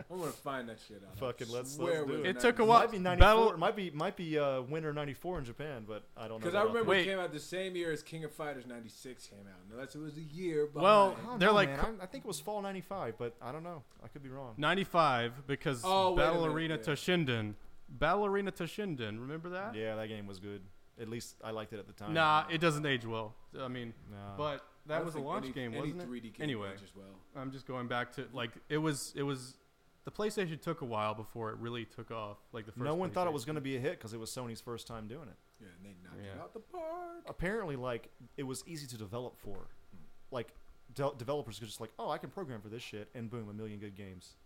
Speaker 2: I'm gonna find that shit out. I
Speaker 3: Fucking let's-
Speaker 2: swear
Speaker 3: let's do
Speaker 2: was
Speaker 3: it.
Speaker 5: It took
Speaker 2: 96.
Speaker 5: a while.
Speaker 3: might be 94.
Speaker 5: Battle-
Speaker 3: It might be might be uh, winter 94 in Japan, but I don't know.
Speaker 2: Because I
Speaker 3: that off
Speaker 2: remember
Speaker 5: Wait.
Speaker 2: it came out the same year as King of Fighters '96 came out. Unless it was a year. Behind.
Speaker 5: Well,
Speaker 3: I don't
Speaker 5: They're
Speaker 3: know,
Speaker 5: like-
Speaker 3: man. I, I think it was fall '95, but I don't know. I could be wrong.
Speaker 5: Ninety-five because
Speaker 2: Oh, wait a
Speaker 5: Battle
Speaker 2: minute,
Speaker 5: Arena
Speaker 2: yeah.
Speaker 5: Toshinden. Battle Arena Toshinden. Remember that?
Speaker 3: Yeah, that game was good. At least I liked it at the time.
Speaker 5: Nah, it doesn't age well. I mean,
Speaker 3: Nah.
Speaker 5: but
Speaker 2: Uh, I
Speaker 5: that
Speaker 2: don't
Speaker 5: was a
Speaker 2: think
Speaker 5: launch
Speaker 2: any-
Speaker 5: game,
Speaker 2: any
Speaker 5: wasn't
Speaker 2: 3D game
Speaker 5: it? Anyway,
Speaker 2: launched as well.
Speaker 5: I'm just going back to like it was. It was the PlayStation took a while before it really took off. Like the first.
Speaker 3: no one thought it
Speaker 5: PlayStation.
Speaker 3: was going to be a hit because it was Sony's first time doing it.
Speaker 2: Yeah, and they knocked it
Speaker 5: Yeah.
Speaker 2: out the park.
Speaker 3: Apparently, like it was easy to develop for. Like de- developers could just like, oh, I can program for this shit, and boom, a million good games.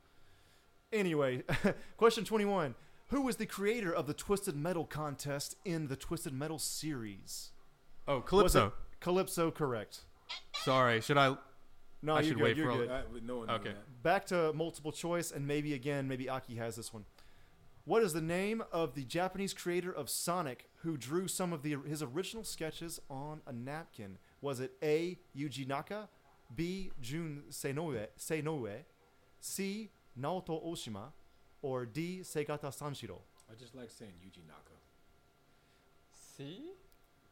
Speaker 3: Anyway, question 21: Who was the creator of the Twisted Metal contest in the Twisted Metal series?
Speaker 5: Oh,
Speaker 3: Was it-
Speaker 5: Calypso.
Speaker 3: Calypso, correct.
Speaker 5: Sorry, should I?
Speaker 3: No,
Speaker 5: I
Speaker 3: you're
Speaker 5: should
Speaker 3: good.
Speaker 5: wait
Speaker 3: you're
Speaker 5: for all-
Speaker 3: good.
Speaker 2: That, no one knew
Speaker 5: Okay.
Speaker 2: that.
Speaker 3: Back to multiple choice, and maybe again, maybe Aki has this one. What is the name of the Japanese creator of Sonic who drew some of the his original sketches on a napkin? Was it A. Yuji Naka, B. Jun Seinoue, Seinoue C. Naoto Oshima, or D. Segata Sanshiro.
Speaker 2: I just like saying Yuji Naka.
Speaker 4: See?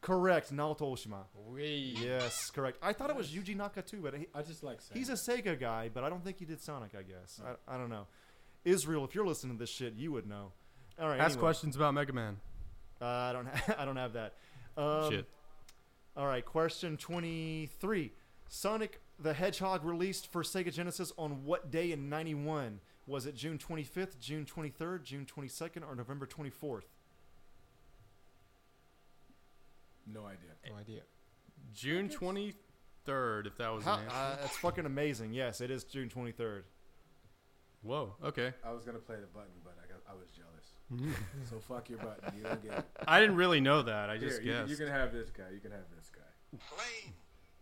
Speaker 3: Correct, Naoto Oshima.
Speaker 4: We.
Speaker 3: Yes, correct. I thought it was Yuji Naka too, but he,
Speaker 2: I just like saying.
Speaker 3: he's a Sega guy, but I don't think he did Sonic, I guess. I, I don't know. Israel, if you're listening to this shit, you would know. All right.
Speaker 5: Ask
Speaker 3: anyway.
Speaker 5: questions about Mega Man.
Speaker 3: Uh, I don't. Ha- I don't have that. Um,
Speaker 7: Shit.
Speaker 3: All right. Question twenty-three. Sonic the Hedgehog released for Sega Genesis on what day in '91? Was it June 25th, June 23rd, June 22nd, or November 24th?
Speaker 2: no idea.
Speaker 4: No idea.
Speaker 5: June 23rd, if that was
Speaker 3: How-
Speaker 5: an answer.
Speaker 3: uh, that's fucking amazing. Yes, it is June 23rd.
Speaker 5: Whoa, okay.
Speaker 2: I was gonna play the button, but I got, I was jealous. so fuck your button. You don't get it.
Speaker 5: I didn't really know that. Mm-hmm. I just
Speaker 2: Here, you,
Speaker 5: guessed.
Speaker 2: you can have this guy. You can have this guy. Flame.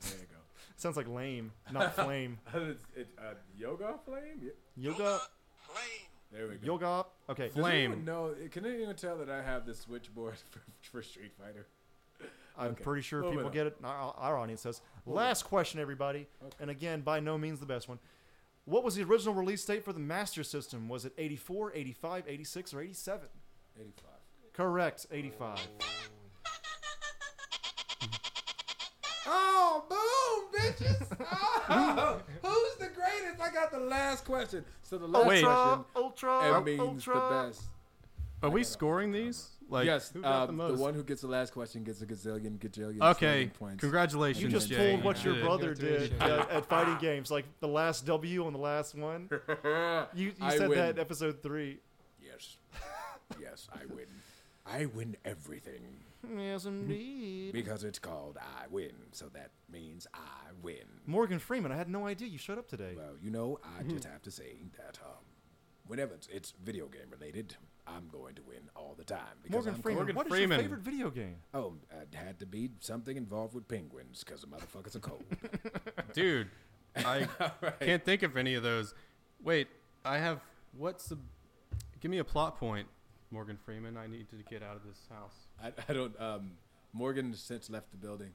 Speaker 2: There you go.
Speaker 3: Sounds like lame, not flame.
Speaker 2: it's, it, uh, yoga flame. Yeah.
Speaker 3: Yoga,
Speaker 2: There we go.
Speaker 3: yoga. Okay.
Speaker 5: Fl- Flame.
Speaker 2: No, can anyone tell that I have the switchboard for, for Street Fighter?
Speaker 3: I'm
Speaker 2: Okay.
Speaker 3: pretty sure
Speaker 2: Moving
Speaker 3: people
Speaker 2: on.
Speaker 3: get it. Our, our audience does. Last question, everybody.
Speaker 2: Okay.
Speaker 3: And again, by no means the best one. What was the original release date for the Master System? Was it 84, 85, 86, or 87?
Speaker 2: 85.
Speaker 3: Correct, 85.
Speaker 2: Oh, boom, bitches! Oh, who's the greatest? I got the last question. So the last
Speaker 5: wait.
Speaker 2: question
Speaker 3: Uh, ultra,
Speaker 2: it means the best.
Speaker 5: Are we scoring these? Like,
Speaker 2: yes,
Speaker 5: who got
Speaker 2: uh,
Speaker 5: the
Speaker 2: the,
Speaker 5: most?
Speaker 2: one who gets the last question gets a gazillion, gajillion,
Speaker 5: okay,
Speaker 2: trillion points.
Speaker 5: congratulations,
Speaker 3: You just
Speaker 5: Jay.
Speaker 3: pulled what your
Speaker 5: did it.
Speaker 3: brother did uh,
Speaker 4: Congratulations.
Speaker 3: at, at fighting games, like the last W on the last one. You, you
Speaker 2: I
Speaker 3: said
Speaker 2: win.
Speaker 3: that in episode three.
Speaker 2: Yes, yes, I win. I win everything
Speaker 3: Yes, indeed.
Speaker 2: because it's called I win. So that means I win.
Speaker 3: Morgan Freeman, I had no idea you showed up today.
Speaker 2: Well, you know, I
Speaker 5: Mm-hmm.
Speaker 2: just have to say that um, whenever it's, it's video game related, I'm going to win all the time. Because
Speaker 3: Morgan
Speaker 2: I'm
Speaker 3: Freeman,
Speaker 5: Morgan
Speaker 3: what is
Speaker 5: Freeman.
Speaker 3: your favorite video game?
Speaker 2: Cold. Oh, it had to be something involved with penguins because the motherfuckers are cold.
Speaker 5: dude. I can't think of any of those. Wait, I have what's the? Give me a plot point, Morgan Freeman. I need to get out of this house.
Speaker 2: I, I don't. Um, Morgan has since left the building,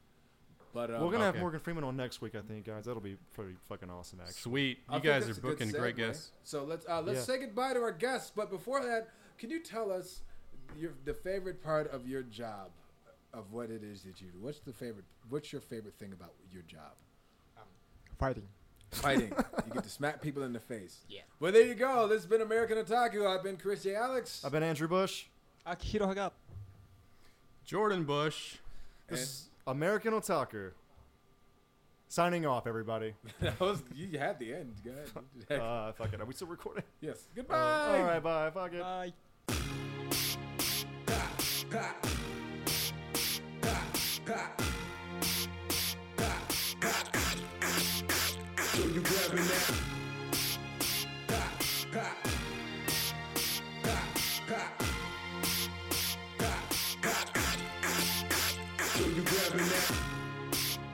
Speaker 2: but um,
Speaker 3: We're gonna
Speaker 5: okay.
Speaker 3: have Morgan Freeman on next week, I think, guys. That'll be pretty fucking awesome, actually.
Speaker 5: Sweet,
Speaker 2: I
Speaker 5: you
Speaker 2: think
Speaker 5: guys
Speaker 2: that's
Speaker 5: are
Speaker 2: a good
Speaker 5: booking great
Speaker 2: segue.
Speaker 5: guests.
Speaker 2: So let's uh, let's
Speaker 3: Yeah.
Speaker 2: say goodbye to our guests. But before that, can you tell us your the favorite part of your job, of what it is that you do? What's the favorite? What's your favorite thing about your job?
Speaker 4: Fighting.
Speaker 2: fighting. you get to smack people in the face.
Speaker 4: Yeah.
Speaker 2: Well, there you go. This has been American Otaku. I've been Chris J. Alex.
Speaker 3: I've been Andrew Bush.
Speaker 4: Akihiro Haga.
Speaker 5: Jordan Bush.
Speaker 3: This is American Otaku. Signing off, everybody.
Speaker 2: that was, you had the end. Go ahead.
Speaker 3: Uh, fuck it. Are we still recording?
Speaker 2: yes.
Speaker 3: Uh,
Speaker 2: Goodbye.
Speaker 3: all right, bye. Fuck it.
Speaker 4: Bye.
Speaker 1: So you grabbing that? So you grabbing that?